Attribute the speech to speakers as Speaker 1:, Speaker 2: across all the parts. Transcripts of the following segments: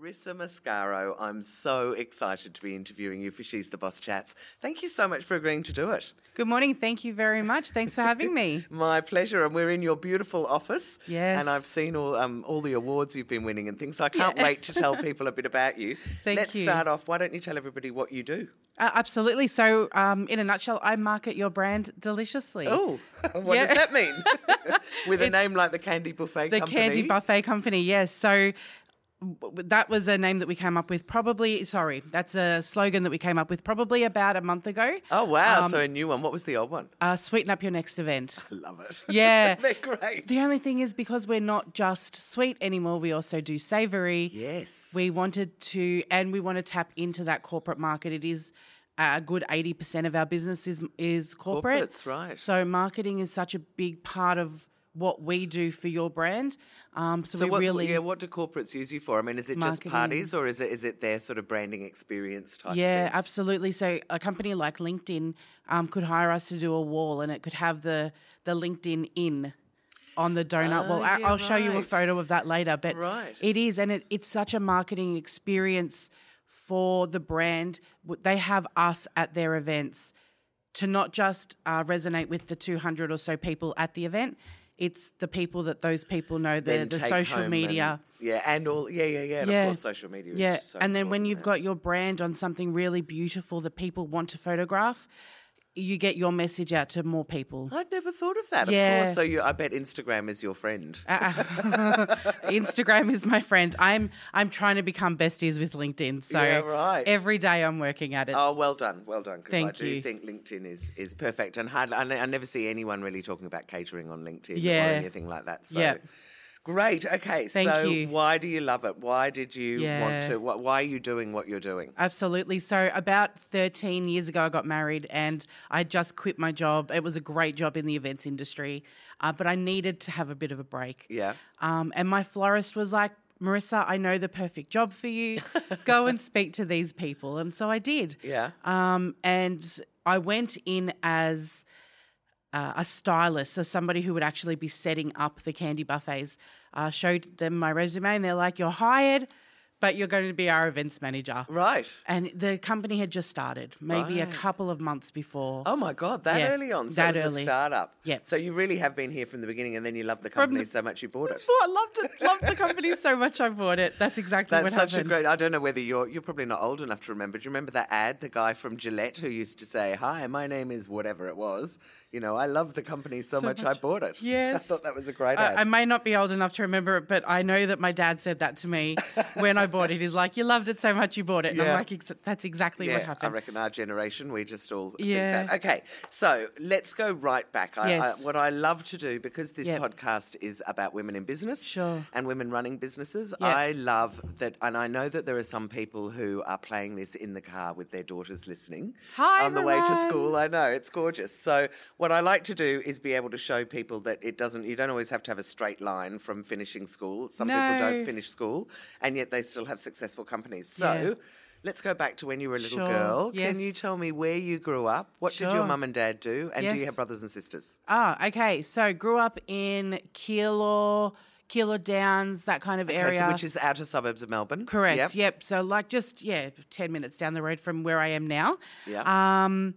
Speaker 1: Marissa Mascaro, I'm so excited to be interviewing you for She's the Boss Chats. Thank you so much for agreeing to do it.
Speaker 2: Good morning. Thank you very much. Thanks for having me.
Speaker 1: My pleasure, and we're in your beautiful office.
Speaker 2: Yes.
Speaker 1: and I've seen all um, all the awards you've been winning and things. So I can't wait to tell people a bit about you.
Speaker 2: Thank
Speaker 1: Let's
Speaker 2: you.
Speaker 1: start off. Why don't you tell everybody what you do?
Speaker 2: Uh, absolutely. So, um, in a nutshell, I market your brand deliciously.
Speaker 1: Oh, what
Speaker 2: Yeah.
Speaker 1: does that mean? With a name like the Candy Buffet
Speaker 2: the
Speaker 1: Company.
Speaker 2: Candy Buffet Company. Yes. So w- w- that was a name that we came up with probably, sorry, that's a slogan that we came up with probably about a month ago.
Speaker 1: Oh wow!
Speaker 2: um,
Speaker 1: so a new one. What was the old one?
Speaker 2: Uh, sweeten up your next event.
Speaker 1: Love it.
Speaker 2: Yeah.
Speaker 1: they're great.
Speaker 2: The only thing is because we're not just sweet anymore, we also do savory.
Speaker 1: Yes.
Speaker 2: We wanted to, and we want to tap into that corporate market. It is a good eighty percent of our business is is corporate.
Speaker 1: Corporates, right.
Speaker 2: So marketing is such a big part of what we do for your brand. Um, so,
Speaker 1: so
Speaker 2: we
Speaker 1: what,
Speaker 2: really,
Speaker 1: yeah, what do corporates use you for? I mean, is it just
Speaker 2: Marketing.
Speaker 1: parties or is it is it their sort of branding experience type?
Speaker 2: yeah,
Speaker 1: things?
Speaker 2: absolutely. So a company like LinkedIn um, could hire us to do a wall, and it could have the the LinkedIn in on the donut
Speaker 1: Oh,
Speaker 2: wall. I,
Speaker 1: yeah,
Speaker 2: I'll show you a
Speaker 1: right.
Speaker 2: photo of that later, but
Speaker 1: Right.
Speaker 2: it is, and it, it's such a marketing experience for the brand. W- They have us at their events to not just uh, resonate with the 200 or so people at the event. It's the people that those people know, the,
Speaker 1: Then
Speaker 2: the
Speaker 1: take
Speaker 2: social
Speaker 1: home
Speaker 2: media.
Speaker 1: And, yeah, and all. Yeah, yeah, yeah. And Of course, social media. Is
Speaker 2: Yeah,
Speaker 1: just so
Speaker 2: and then when
Speaker 1: important,
Speaker 2: you've
Speaker 1: yeah.
Speaker 2: got your brand on something really beautiful that people want to photograph, you get your message out to more people.
Speaker 1: I'd never thought of that. Of
Speaker 2: Yeah.
Speaker 1: course. So you, I bet Instagram is your friend.
Speaker 2: Instagram is my friend. I'm I'm trying to become besties with LinkedIn. So
Speaker 1: Yeah, right.
Speaker 2: every day I'm working at it.
Speaker 1: Oh, well done, well done. Because I
Speaker 2: Thank
Speaker 1: do
Speaker 2: you.
Speaker 1: think LinkedIn is is perfect, and hard, I, ne- I never see anyone really talking about catering on LinkedIn
Speaker 2: Yeah.
Speaker 1: or anything like that. So.
Speaker 2: Yeah.
Speaker 1: Great. Okay.
Speaker 2: Thank
Speaker 1: so,
Speaker 2: you.
Speaker 1: why do you love it? Why did you want
Speaker 2: Yeah.
Speaker 1: to? Wh- why are you doing what you're doing?
Speaker 2: Absolutely. So about 13 years ago, I got married and I just quit my job. It was a great job in the events industry, uh, but I needed to have a bit of a break.
Speaker 1: Yeah.
Speaker 2: Um, and my florist was like, Marissa, I know the perfect job for you. Go and speak to these people. And so I did.
Speaker 1: Yeah.
Speaker 2: Um, and I went in as uh, a stylist, so somebody who would actually be setting up the candy buffets. Uh, showed them my resume and they're like, You're hired, but you're going to be our events manager.
Speaker 1: right.
Speaker 2: And the company had just started, maybe a couple of months before.
Speaker 1: Oh my God, that
Speaker 2: Yeah,
Speaker 1: early on. So
Speaker 2: that
Speaker 1: it was a
Speaker 2: early.
Speaker 1: startup.
Speaker 2: Yeah.
Speaker 1: So you really have been here from the beginning, and then you love the company so much you bought it.
Speaker 2: Oh, I loved it. Loved the company so much I bought it. That's exactly
Speaker 1: That's
Speaker 2: what
Speaker 1: such
Speaker 2: happened.
Speaker 1: a great. I don't know whether you're you're probably not old enough to remember. Do you remember that ad? The guy from Gillette who used to say, "Hi, my name is whatever it was." You know, I love the company so, much, I
Speaker 2: much.
Speaker 1: bought it. I
Speaker 2: Yes.
Speaker 1: thought that was a great ad.
Speaker 2: I, I may not be old enough to remember it, but I know that my dad said that to me when I bought it. He's like, "You loved it so much, you bought it." And
Speaker 1: Yeah.
Speaker 2: I'm like, Ex- "That's exactly what
Speaker 1: yeah, I
Speaker 2: happened."
Speaker 1: reckon our generation, we just all
Speaker 2: Yeah.
Speaker 1: think that. Okay, so let's go right back. I,
Speaker 2: Yes.
Speaker 1: I, what I love to do, because this
Speaker 2: Yep.
Speaker 1: podcast is about women in business
Speaker 2: Sure.
Speaker 1: and women running businesses,
Speaker 2: Yeah.
Speaker 1: I love that. And I know that there are some people who are playing this in the car with their daughters listening
Speaker 2: Hi,
Speaker 1: on the way to
Speaker 2: everyone.
Speaker 1: school. I know, it's gorgeous. So, what I like to do is be able to show people that it doesn't, you don't always have to have a straight line from finishing school. Some people don't
Speaker 2: No.
Speaker 1: finish school, and yet they still have successful companies. So,
Speaker 2: Yeah.
Speaker 1: Let's go back to when you were a little
Speaker 2: Sure,
Speaker 1: girl. Can you
Speaker 2: yes.
Speaker 1: tell me where you grew up? What did your
Speaker 2: Sure.
Speaker 1: mum and dad do? And do you
Speaker 2: Yes.
Speaker 1: have brothers and sisters?
Speaker 2: Ah, okay. So grew up in Keilor, Keilor Downs, that kind of
Speaker 1: Okay,
Speaker 2: area.
Speaker 1: so which is outer suburbs of Melbourne.
Speaker 2: Correct.
Speaker 1: Yep.
Speaker 2: Yep. So like just yeah, ten minutes down the road from where I am now.
Speaker 1: Yep.
Speaker 2: Um,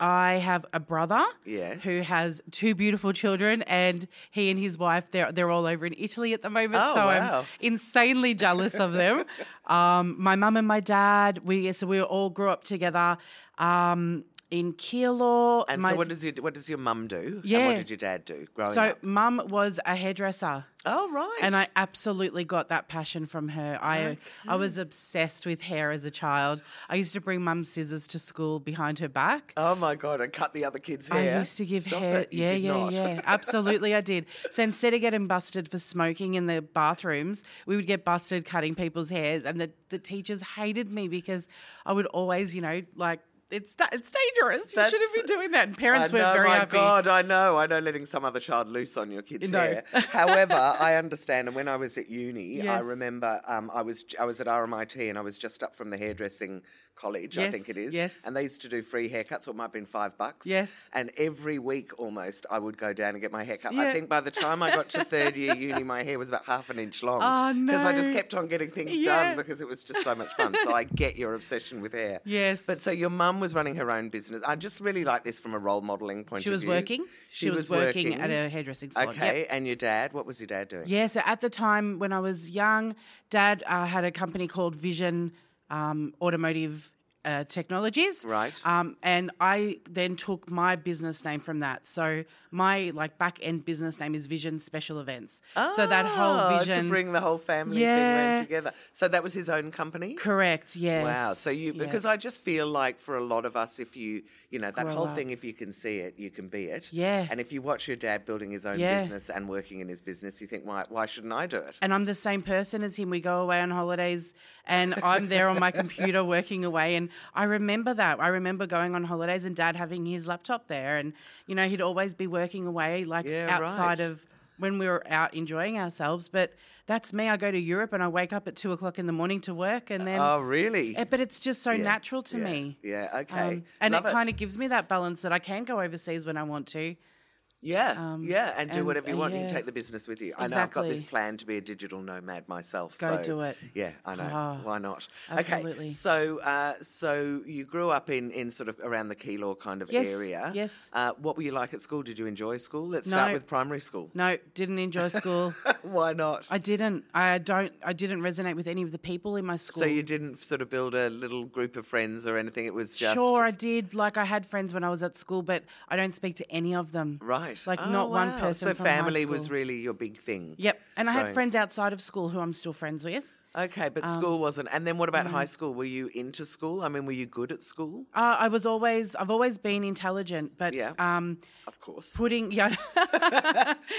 Speaker 2: I have a brother.
Speaker 1: Yes.
Speaker 2: Who has two beautiful children, and he and his wife they're they're all over in Italy at the moment.
Speaker 1: Oh,
Speaker 2: so
Speaker 1: wow.
Speaker 2: I'm insanely jealous of them. Um, my mum and my dad. We so we all grew up together. Um, in Keilor.
Speaker 1: And
Speaker 2: my,
Speaker 1: so what does your what does your mum do? And what
Speaker 2: Yeah.
Speaker 1: did your dad do growing
Speaker 2: so
Speaker 1: up?
Speaker 2: mum was a hairdresser.
Speaker 1: Oh right.
Speaker 2: And I absolutely got that passion from her. I I was obsessed with hair as a child. I used to bring mum's scissors to school behind her back.
Speaker 1: Oh my god, I cut the other kids'
Speaker 2: I
Speaker 1: hair.
Speaker 2: used to give
Speaker 1: Stop
Speaker 2: hair.
Speaker 1: It. You
Speaker 2: yeah,
Speaker 1: did
Speaker 2: yeah,
Speaker 1: not.
Speaker 2: yeah. Absolutely, I did. So instead of getting busted for smoking in the bathrooms, we would get busted cutting people's hairs, and the the teachers hated me because I would always, you know, like it's da- it's dangerous. You
Speaker 1: That's-
Speaker 2: shouldn't be doing that. And parents
Speaker 1: I
Speaker 2: were
Speaker 1: know,
Speaker 2: very
Speaker 1: my
Speaker 2: happy.
Speaker 1: God, I know, I know letting some other child loose on your kids'
Speaker 2: No.
Speaker 1: hair. However, I understand. And when I was at uni, I
Speaker 2: Yes.
Speaker 1: remember um, I was I was at RMIT and I was just up from the hairdressing college, I
Speaker 2: Yes,
Speaker 1: think it is.
Speaker 2: yes.
Speaker 1: And they used to do free haircuts, or it might have been five bucks.
Speaker 2: Yes.
Speaker 1: And every week almost, I would go down and get my haircut. I
Speaker 2: Yeah.
Speaker 1: think by the time I got to third year uni, my hair was about half an inch long
Speaker 2: Oh,
Speaker 1: because I just
Speaker 2: no.
Speaker 1: kept on getting things
Speaker 2: Yeah.
Speaker 1: done because it was just so much fun. so I get your obsession with hair.
Speaker 2: Yes.
Speaker 1: But so your mum was running her own business. I just really like this from a role modelling point
Speaker 2: she
Speaker 1: of
Speaker 2: was
Speaker 1: view.
Speaker 2: working. She, was, working, at a hairdressing salon. Yep.
Speaker 1: Okay, and your dad, what was your dad doing?
Speaker 2: Yeah, so at the time when I was young, Dad uh, had a company called Vision um, Automotive uh, Technologies.
Speaker 1: Right.
Speaker 2: Um, and I then took my business name from that. So my like back end business name is Vision Special Events. so that
Speaker 1: Ah,
Speaker 2: whole
Speaker 1: to
Speaker 2: Vision.
Speaker 1: bring the whole family thing
Speaker 2: Yeah.
Speaker 1: around together. So that was his own company.
Speaker 2: correct. Yes.
Speaker 1: Wow. So you
Speaker 2: Yeah.
Speaker 1: because I just feel like for a lot of us, if you you know that
Speaker 2: Grow
Speaker 1: whole
Speaker 2: up.
Speaker 1: thing, if you can see it, you can be it.
Speaker 2: Yeah.
Speaker 1: And if you watch your dad building his own
Speaker 2: Yeah.
Speaker 1: business and working in his business, you think why why shouldn't I do it?
Speaker 2: and I'm the same person as him. We go away on holidays and I'm there on my computer working away. And I remember that. I remember going on holidays and dad having his laptop there. And, you know, he'd always be working away, like
Speaker 1: Yeah,
Speaker 2: outside
Speaker 1: right.
Speaker 2: of when we were out enjoying ourselves. But that's me. I go to Europe and I wake up at two o'clock in the morning to work. And then,
Speaker 1: oh really?
Speaker 2: eh, but it's just so
Speaker 1: Yeah,
Speaker 2: natural to
Speaker 1: yeah,
Speaker 2: me.
Speaker 1: Yeah.
Speaker 2: Um,
Speaker 1: Okay.
Speaker 2: and
Speaker 1: Love
Speaker 2: it kind of gives me that balance that I can go overseas when I want to.
Speaker 1: Yeah,
Speaker 2: Um,
Speaker 1: yeah, and do
Speaker 2: and-
Speaker 1: whatever you
Speaker 2: and
Speaker 1: want. You
Speaker 2: yeah.
Speaker 1: can take the business with you. I know I've got this
Speaker 2: Exactly.
Speaker 1: plan to be a digital nomad myself.
Speaker 2: Go
Speaker 1: so,
Speaker 2: do it.
Speaker 1: Yeah, I know.
Speaker 2: Ah,
Speaker 1: Why not? Okay,
Speaker 2: absolutely.
Speaker 1: so uh, so you grew up in in sort of around the Keylor kind of
Speaker 2: Yes,
Speaker 1: area.
Speaker 2: yes.
Speaker 1: Uh, what were you like at school? Did you enjoy school? Let's start
Speaker 2: No.
Speaker 1: with primary school.
Speaker 2: No, didn't enjoy school.
Speaker 1: Why not?
Speaker 2: I didn't. I don't. I didn't resonate with any of the people in my school.
Speaker 1: so you didn't sort of build a little group of friends or anything. It was just
Speaker 2: Sure, I did. Like I had friends when I was at school, but I don't speak to any of them.
Speaker 1: right,
Speaker 2: Like
Speaker 1: Oh,
Speaker 2: not one
Speaker 1: wow.
Speaker 2: person.
Speaker 1: So
Speaker 2: from high
Speaker 1: family was
Speaker 2: school.
Speaker 1: really your big thing.
Speaker 2: Yep, and I had
Speaker 1: Right.
Speaker 2: friends outside of school who I'm still friends with.
Speaker 1: Okay,
Speaker 2: Um,
Speaker 1: but school wasn't. And then what about
Speaker 2: mm.
Speaker 1: high school? Were you into school? I mean, were you good at school?
Speaker 2: Uh, I was always. I've always been intelligent, but
Speaker 1: Yeah.
Speaker 2: um,
Speaker 1: Of course.
Speaker 2: putting yeah,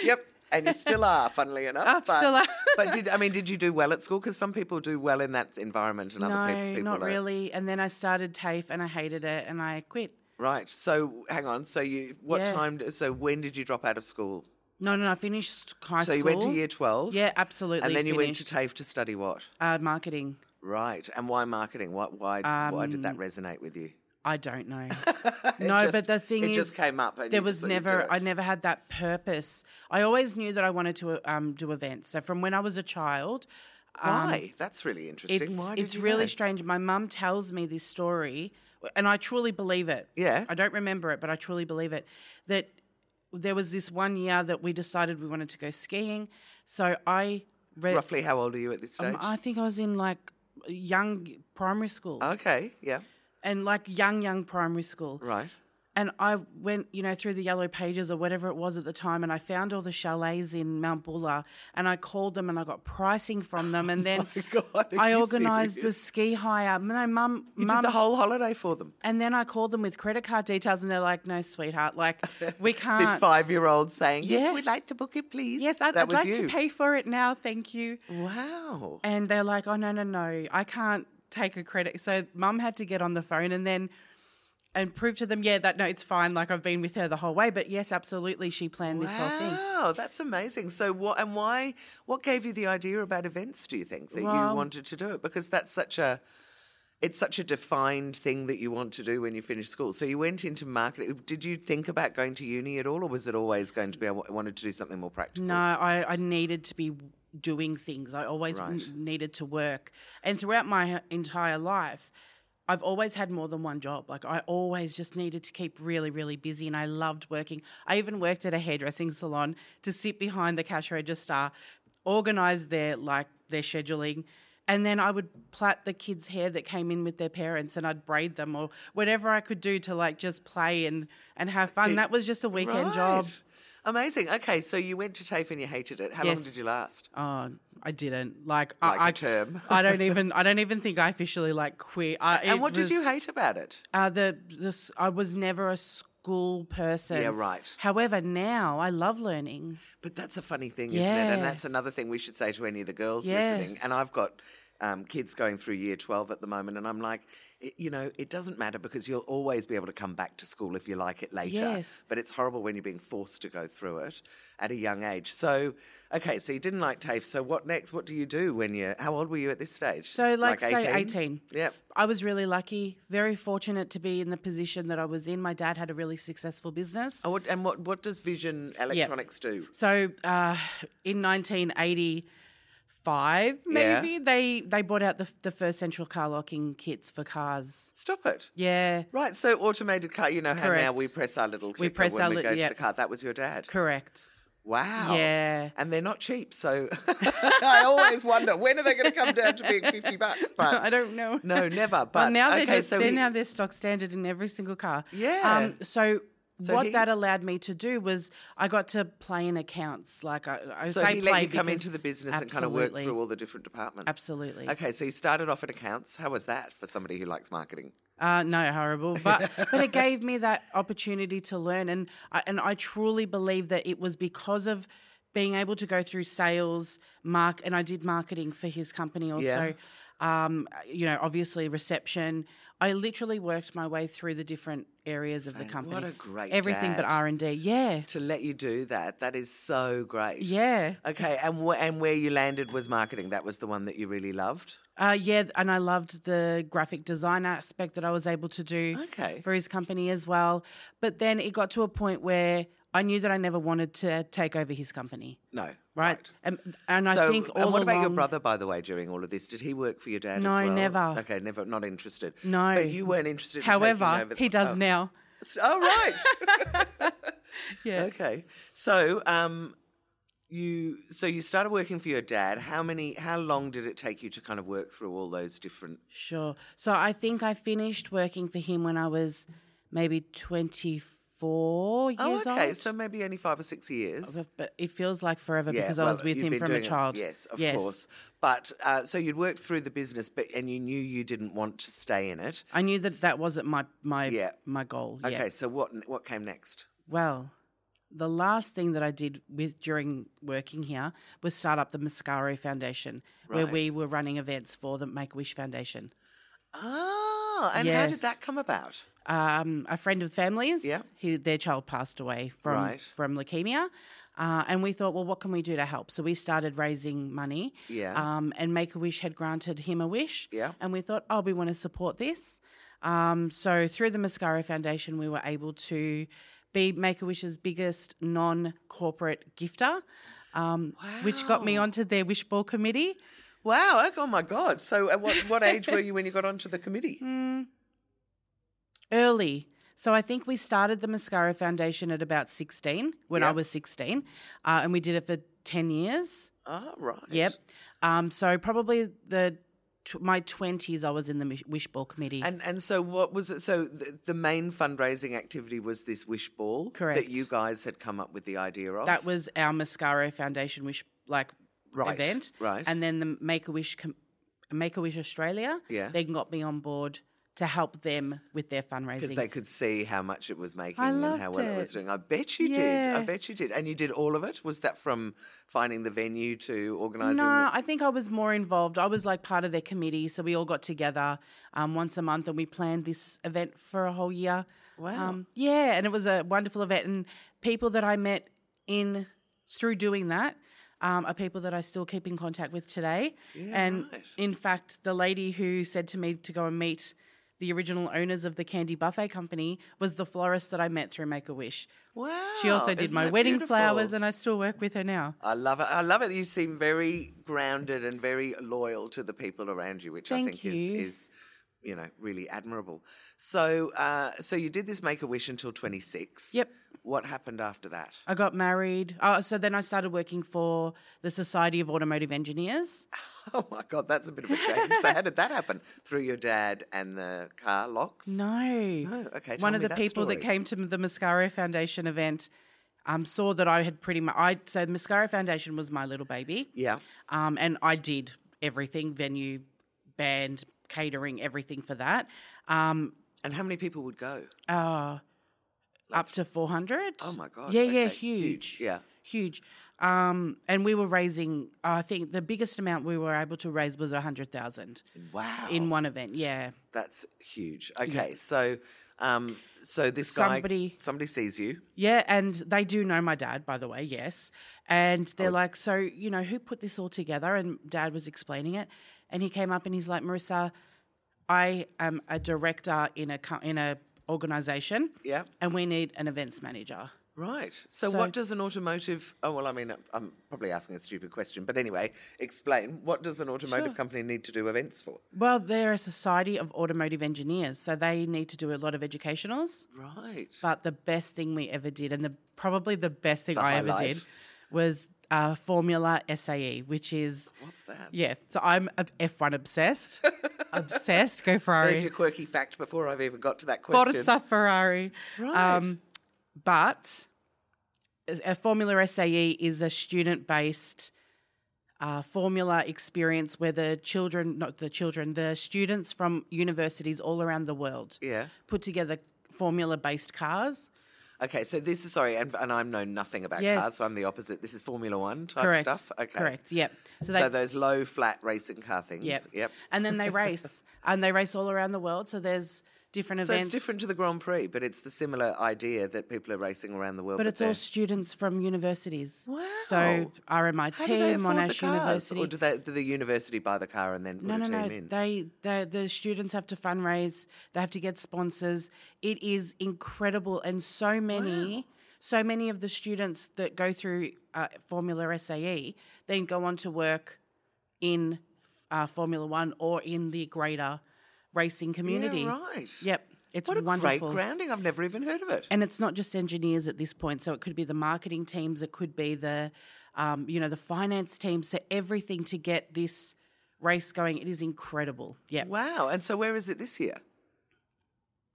Speaker 1: yep. And you still are, funnily enough.
Speaker 2: I
Speaker 1: but,
Speaker 2: still are.
Speaker 1: but did I mean did you do well at school? Because some people do well in that environment, and other pe-
Speaker 2: no,
Speaker 1: people
Speaker 2: not
Speaker 1: don't.
Speaker 2: really. And then I started TAFE, and I hated it, and I quit.
Speaker 1: Right. So hang on. So you what
Speaker 2: Yeah.
Speaker 1: time? d- So when did you drop out of school?
Speaker 2: No, no, no I finished high
Speaker 1: So
Speaker 2: school.
Speaker 1: you went to year twelve.
Speaker 2: Yeah, absolutely.
Speaker 1: And then you went to
Speaker 2: finished.
Speaker 1: TAFE to study what?
Speaker 2: uh, marketing.
Speaker 1: Right. And why marketing? Why why why did that resonate with you?
Speaker 2: I don't know. no,
Speaker 1: just-
Speaker 2: Um, but the thing
Speaker 1: it
Speaker 2: is,
Speaker 1: just came up and
Speaker 2: there
Speaker 1: you
Speaker 2: was
Speaker 1: just thought you'd do
Speaker 2: never.
Speaker 1: it.
Speaker 2: I never had that purpose. I always knew that I wanted to uh, um, do events. So from when I was a child, um,
Speaker 1: Why? That's really interesting.
Speaker 2: it's
Speaker 1: why did
Speaker 2: it's
Speaker 1: you
Speaker 2: really
Speaker 1: know?
Speaker 2: strange. My mum tells me this story, and I truly believe it.
Speaker 1: Yeah.
Speaker 2: I don't remember it, but I truly believe it. That there was this one year that we decided we wanted to go skiing. So I read.
Speaker 1: Roughly how old are you at this stage?
Speaker 2: um, I think I was in like young primary school
Speaker 1: okay. Yeah.
Speaker 2: and like young young primary school
Speaker 1: Right.
Speaker 2: and I went, you know, through the yellow pages or whatever it was at the time, and I found all the chalets in Mount Buller, and I called them and I got pricing from them, and then
Speaker 1: Oh God, are
Speaker 2: I
Speaker 1: you
Speaker 2: organised the
Speaker 1: serious?
Speaker 2: ski hire. No, mum,
Speaker 1: You
Speaker 2: mum,
Speaker 1: did the whole holiday for them.
Speaker 2: and then I called them with credit card details, and they're like, "No, sweetheart, like we can't."
Speaker 1: This five-year-old saying, "Yes,
Speaker 2: Uh, Yeah.
Speaker 1: we'd like to book it, please."
Speaker 2: yes, I'd,
Speaker 1: that
Speaker 2: I'd
Speaker 1: was
Speaker 2: like
Speaker 1: you.
Speaker 2: to pay for it now, thank you.
Speaker 1: Wow.
Speaker 2: And they're like, oh, no, no, no, I can't take a credit. So mum had to get on the phone and then and prove to them, yeah, that no, it's fine. Like I've been with her the whole way. But yes, absolutely, she planned this whole thing.
Speaker 1: Wow, that's amazing. So, what and why? What gave you the idea about events? Do you think that you
Speaker 2: Well-
Speaker 1: wanted to do it because that's such a it's such a defined thing that you want to do when you finish school. So you went into marketing. Did you think about going to uni at all, or was it always going to be I wa- I wanted to do something more practical?
Speaker 2: No, I, I needed to be doing things. I always
Speaker 1: Right.
Speaker 2: n- needed to work. And throughout my entire life, I've always had more than one job. Like I always just needed to keep really, really busy and I loved working. I even worked at a hairdressing salon to sit behind the cash register, organize their like their scheduling. And then I would plait the kids' hair that came in with their parents and I'd braid them or whatever I could do to like just play and, and have fun. That was just a weekend job.
Speaker 1: Right. Amazing. Okay, so you went to TAFE and you hated it. How long
Speaker 2: Yes.
Speaker 1: did you last?
Speaker 2: Oh, I didn't. Like,
Speaker 1: Like a
Speaker 2: I, I
Speaker 1: term.
Speaker 2: I don't even. I don't even think I officially like quit. I,
Speaker 1: And
Speaker 2: it
Speaker 1: what
Speaker 2: was-
Speaker 1: did you hate about it?
Speaker 2: Uh, the this. I was never a school person.
Speaker 1: Yeah, right.
Speaker 2: However, now I love learning.
Speaker 1: But that's a funny thing, isn't it? And
Speaker 2: Yeah.
Speaker 1: that's another thing we should say to any of the girls listening.
Speaker 2: Yes.
Speaker 1: And I've got um, kids going through year 12 at the moment. And I'm like, it, you know, it doesn't matter because you'll always be able to come back to school if you like it later.
Speaker 2: Yes.
Speaker 1: But it's horrible when you're being forced to go through it at a young age. So, okay, so you didn't like TAFE. So what next? What do you do when you, how old were you at this stage?
Speaker 2: So, like, say 18.
Speaker 1: Yep.
Speaker 2: I was really lucky, very fortunate to be in the position that I was in. My dad had a really successful business.
Speaker 1: And what, and what, what does Vision Electronics do?
Speaker 2: So uh, in 1985,
Speaker 1: Yeah.
Speaker 2: maybe they they bought out the the first central car locking kits for cars.
Speaker 1: Stop it.
Speaker 2: Yeah,
Speaker 1: Right, so automated car, you know how now
Speaker 2: Correct.
Speaker 1: we press our little clicker
Speaker 2: press
Speaker 1: when
Speaker 2: our
Speaker 1: we
Speaker 2: li-
Speaker 1: go
Speaker 2: yeah.
Speaker 1: to the car. That was your dad.
Speaker 2: correct.
Speaker 1: Wow.
Speaker 2: Yeah.
Speaker 1: And they're not cheap, so I always wonder when are they going to come down to being fifty bucks? But
Speaker 2: I don't know.
Speaker 1: No, never. But
Speaker 2: But now they're
Speaker 1: okay,
Speaker 2: just,
Speaker 1: so
Speaker 2: they're
Speaker 1: he-
Speaker 2: now they're stock standard in every single car.
Speaker 1: Yeah.
Speaker 2: Um, so.
Speaker 1: So
Speaker 2: what
Speaker 1: he-
Speaker 2: that allowed me to do was I got to play in accounts. Like I, I
Speaker 1: so
Speaker 2: say
Speaker 1: he
Speaker 2: play
Speaker 1: let you come
Speaker 2: because-
Speaker 1: into the business and kind of work
Speaker 2: Absolutely.
Speaker 1: through all the different departments.
Speaker 2: Absolutely.
Speaker 1: Okay, so you started off in accounts. How was that for somebody who likes marketing?
Speaker 2: Uh, no, horrible. But but it gave me that opportunity to learn, and I, and I truly believe that it was because of being able to go through sales, mark, and I did marketing for his company also. Um, you know, obviously reception. I literally worked my way through the different areas of the company.
Speaker 1: what a great
Speaker 2: everything but
Speaker 1: dad.
Speaker 2: R and D. Yeah,
Speaker 1: To let you do that, that is so great.
Speaker 2: yeah,
Speaker 1: Okay, and wh- and where you landed was marketing. That was the one that you really loved.
Speaker 2: uh, yeah. And I loved the graphic design aspect that I was able to do.
Speaker 1: Okay.
Speaker 2: for his company as well. But then it got to a point where I knew that I never wanted to take over his company,
Speaker 1: no.
Speaker 2: right? And, and I
Speaker 1: so,
Speaker 2: think all
Speaker 1: and what about your
Speaker 2: along-
Speaker 1: brother, by the way, during all of this? Did he work for your dad
Speaker 2: No,
Speaker 1: as well?
Speaker 2: never.
Speaker 1: Okay, never, not interested.
Speaker 2: No.
Speaker 1: But you weren't interested in taking
Speaker 2: However,
Speaker 1: over the-
Speaker 2: he does
Speaker 1: oh.
Speaker 2: now.
Speaker 1: S- Oh, right.
Speaker 2: Yeah.
Speaker 1: okay. So, um, you so you started working for your dad. How many? How long did it take you to kind of work through all those different?
Speaker 2: Sure. So I think I finished working for him when I was maybe 24 years
Speaker 1: Oh, okay.
Speaker 2: old.
Speaker 1: So maybe only five or six years.
Speaker 2: But- But it feels like forever because I
Speaker 1: well,
Speaker 2: was with
Speaker 1: you'd
Speaker 2: him
Speaker 1: been
Speaker 2: from a
Speaker 1: doing it-
Speaker 2: child.
Speaker 1: Yes, of course. But uh, so you'd worked through the business, but and you knew you didn't want to stay in it.
Speaker 2: I knew that that wasn't my my
Speaker 1: Yeah.
Speaker 2: my goal. Yeah.
Speaker 1: Okay. So what? What came next?
Speaker 2: Well, the last thing that I did with during working here was start up the Mascaro Foundation, where we were running events for the Make a Wish Foundation.
Speaker 1: Ah, and how did
Speaker 2: Yes.
Speaker 1: that come about?
Speaker 2: Um, a friend of the family's,
Speaker 1: Yeah.
Speaker 2: he, their child passed away from
Speaker 1: Right.
Speaker 2: from leukemia, uh, and we thought, well, what can we do to help? So we started raising money.
Speaker 1: Yeah.
Speaker 2: Um, and Make a Wish had granted him a wish.
Speaker 1: Yeah.
Speaker 2: And we thought, oh, we want to support this. Um, so through the Mascaro Foundation, we were able to be Make a Wish's biggest non corporate gifter, um, which got me onto their wish ball committee.
Speaker 1: Wow! Oh my God! So, at what, what age were you when you got onto the committee?
Speaker 2: early. So I think we started the Mascara Foundation at about 16, when
Speaker 1: Yeah.
Speaker 2: I was 16, uh, and we did it for 10 years.
Speaker 1: Ah, right.
Speaker 2: Yep. Um, so probably the tw- my 20s, I was in the Mish- Wish Ball Committee.
Speaker 1: And and so what was it? So the, the main fundraising activity was this wish ball that
Speaker 2: Correct.
Speaker 1: you guys had come up with the idea of.
Speaker 2: that was our Mascara Foundation Wish like
Speaker 1: Right,
Speaker 2: event.
Speaker 1: right.
Speaker 2: And then the Make a Wish com- Make a Wish Australia,
Speaker 1: Yeah.
Speaker 2: they got me on board to help them with their fundraising.
Speaker 1: because they could see how much it was making
Speaker 2: I
Speaker 1: and how
Speaker 2: loved
Speaker 1: well it. was
Speaker 2: it.
Speaker 1: doing. I bet you did. I
Speaker 2: Yeah.
Speaker 1: bet you did. And you did all of it. Was that from finding the venue to organising?
Speaker 2: No, I think I was more involved. I was like part of their committee, so we all got together um, once a month and we planned this event for a whole year.
Speaker 1: Wow.
Speaker 2: Um, yeah, and it was a wonderful event, and people that I met in through doing that. Um, are people that I still keep in contact with today. and
Speaker 1: right.
Speaker 2: in fact, the lady who said to me to go and meet the original owners of the Candy Buffet Company was the florist that I met through Make a Wish.
Speaker 1: Wow.
Speaker 2: She also did
Speaker 1: isn't
Speaker 2: my
Speaker 1: that
Speaker 2: wedding
Speaker 1: beautiful?
Speaker 2: flowers, and I still work with her now.
Speaker 1: I love it. I love it. You seem very grounded and very loyal to the people around you, which I
Speaker 2: Thank
Speaker 1: think
Speaker 2: you.
Speaker 1: is is you know really admirable. So uh, so you did this Make a Wish until twenty six.
Speaker 2: Yep.
Speaker 1: What happened after that?
Speaker 2: I got married. Oh, so then I started working for the Society of Automotive Engineers.
Speaker 1: Oh my God, that's a bit of a change. so how did that happen? Through your dad and the car locks?
Speaker 2: No.
Speaker 1: No, Oh, okay, tell
Speaker 2: One of
Speaker 1: me
Speaker 2: the
Speaker 1: that
Speaker 2: people
Speaker 1: story.
Speaker 2: that came to the Mascaro Foundation event um, saw that I had pretty much. I, so the Mascaro Foundation was my little baby.
Speaker 1: Yeah.
Speaker 2: Um, and I did everything venue, band, catering, everything for that. Um,
Speaker 1: And how many people would go?
Speaker 2: uh, up to 400.
Speaker 1: Oh my God.
Speaker 2: Yeah, yeah,
Speaker 1: okay,
Speaker 2: huge.
Speaker 1: Yeah.
Speaker 2: huge. Um, and we were raising, I think the biggest amount we were able to raise was 100,000
Speaker 1: Wow.
Speaker 2: in one event. Yeah.
Speaker 1: That's huge. Okay, so um, so this guy
Speaker 2: Somebody-
Speaker 1: somebody sees you.
Speaker 2: Yeah, and they do know my dad, by the way, yes. And they're like, So, you know, who put this all together? And dad was explaining it. And he came up and he's like, Marissa, I am a director in a, co- in a organization.
Speaker 1: Yeah.
Speaker 2: And we need an events manager.
Speaker 1: Right. So,
Speaker 2: So-
Speaker 1: what does an automotive? Oh well, I mean, I'm probably asking a stupid question, but anyway, explain. What does an automotive company need to do events for?
Speaker 2: Well, they're a society of automotive engineers. So they need to do a lot of educationals.
Speaker 1: Right.
Speaker 2: But the best thing we ever did, and the probably the best thing I ever
Speaker 1: highlight.
Speaker 2: did, was uh, Formula SAE, which is.
Speaker 1: What's that?
Speaker 2: Yeah, so I'm ab- F1 obsessed. obsessed. Go Ferrari.
Speaker 1: There's your quirky fact before I've even got to that question.
Speaker 2: Forza Ferrari. Um, but a Formula SAE is a student based uh, formula experience where the children, not the children, the students from universities all around the world
Speaker 1: Yeah.
Speaker 2: put together formula based cars.
Speaker 1: Okay, so this is sorry, and, and I know nothing about
Speaker 2: Yes.
Speaker 1: cars, so I'm the opposite. This is Formula One type
Speaker 2: Correct.
Speaker 1: stuff. Okay.
Speaker 2: Correct. Yep.
Speaker 1: So, those low flat racing car things.
Speaker 2: Yep.
Speaker 1: Yep.
Speaker 2: And then they race, and they race all around the world. So there's different
Speaker 1: So
Speaker 2: events.
Speaker 1: it's different to the Grand Prix, but it's the similar idea that people are racing around the world.
Speaker 2: But it's all
Speaker 1: they're-
Speaker 2: students from universities.
Speaker 1: Wow.
Speaker 2: So RMIT,
Speaker 1: How do they afford the
Speaker 2: Monash
Speaker 1: cars?
Speaker 2: University.
Speaker 1: or do, they, do the university buy the car and then put
Speaker 2: no,
Speaker 1: a
Speaker 2: no,
Speaker 1: team
Speaker 2: no.
Speaker 1: in?
Speaker 2: They, they, the students have to fundraise. They have to get sponsors. It is incredible, and so many, so many of the students that go through uh, Formula SAE then go on to work in uh, Formula One or in the greater racing community.
Speaker 1: Yeah, right.
Speaker 2: Yep, it's
Speaker 1: What a
Speaker 2: wonderful.
Speaker 1: great grounding! I've never even heard of it.
Speaker 2: and it's not just engineers at this point so it could be the marketing teams it could be the um, you know the finance team so everything to get this race going it is incredible yeah
Speaker 1: wow! And so, where is it this year?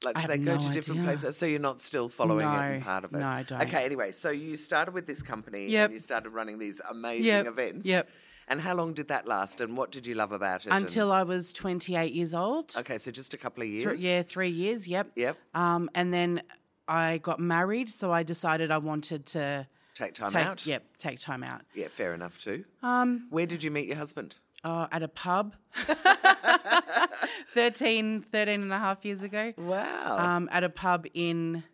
Speaker 1: Like, do
Speaker 2: I
Speaker 1: they
Speaker 2: have
Speaker 1: go
Speaker 2: no
Speaker 1: to different
Speaker 2: idea.
Speaker 1: places? So you're not still following it and
Speaker 2: No,
Speaker 1: part of it.
Speaker 2: no, I don't.
Speaker 1: Okay. Anyway, so you started with this company
Speaker 2: Yep.
Speaker 1: and you started running these amazing
Speaker 2: Yep,
Speaker 1: events.
Speaker 2: yep.
Speaker 1: And how long did that last? And what did you love about it? and-
Speaker 2: until i was 28 years old
Speaker 1: okay, so just a couple of years.
Speaker 2: Thr- yeah three years yep
Speaker 1: Yep.
Speaker 2: um, and then i got married so i decided i wanted to
Speaker 1: Take time
Speaker 2: take
Speaker 1: out.
Speaker 2: yep take time out
Speaker 1: Yeah, fair enough too. Um, Where did you meet your husband?
Speaker 2: uh, at a pub 13 13 and a half years ago
Speaker 1: Wow.
Speaker 2: um, at a pub in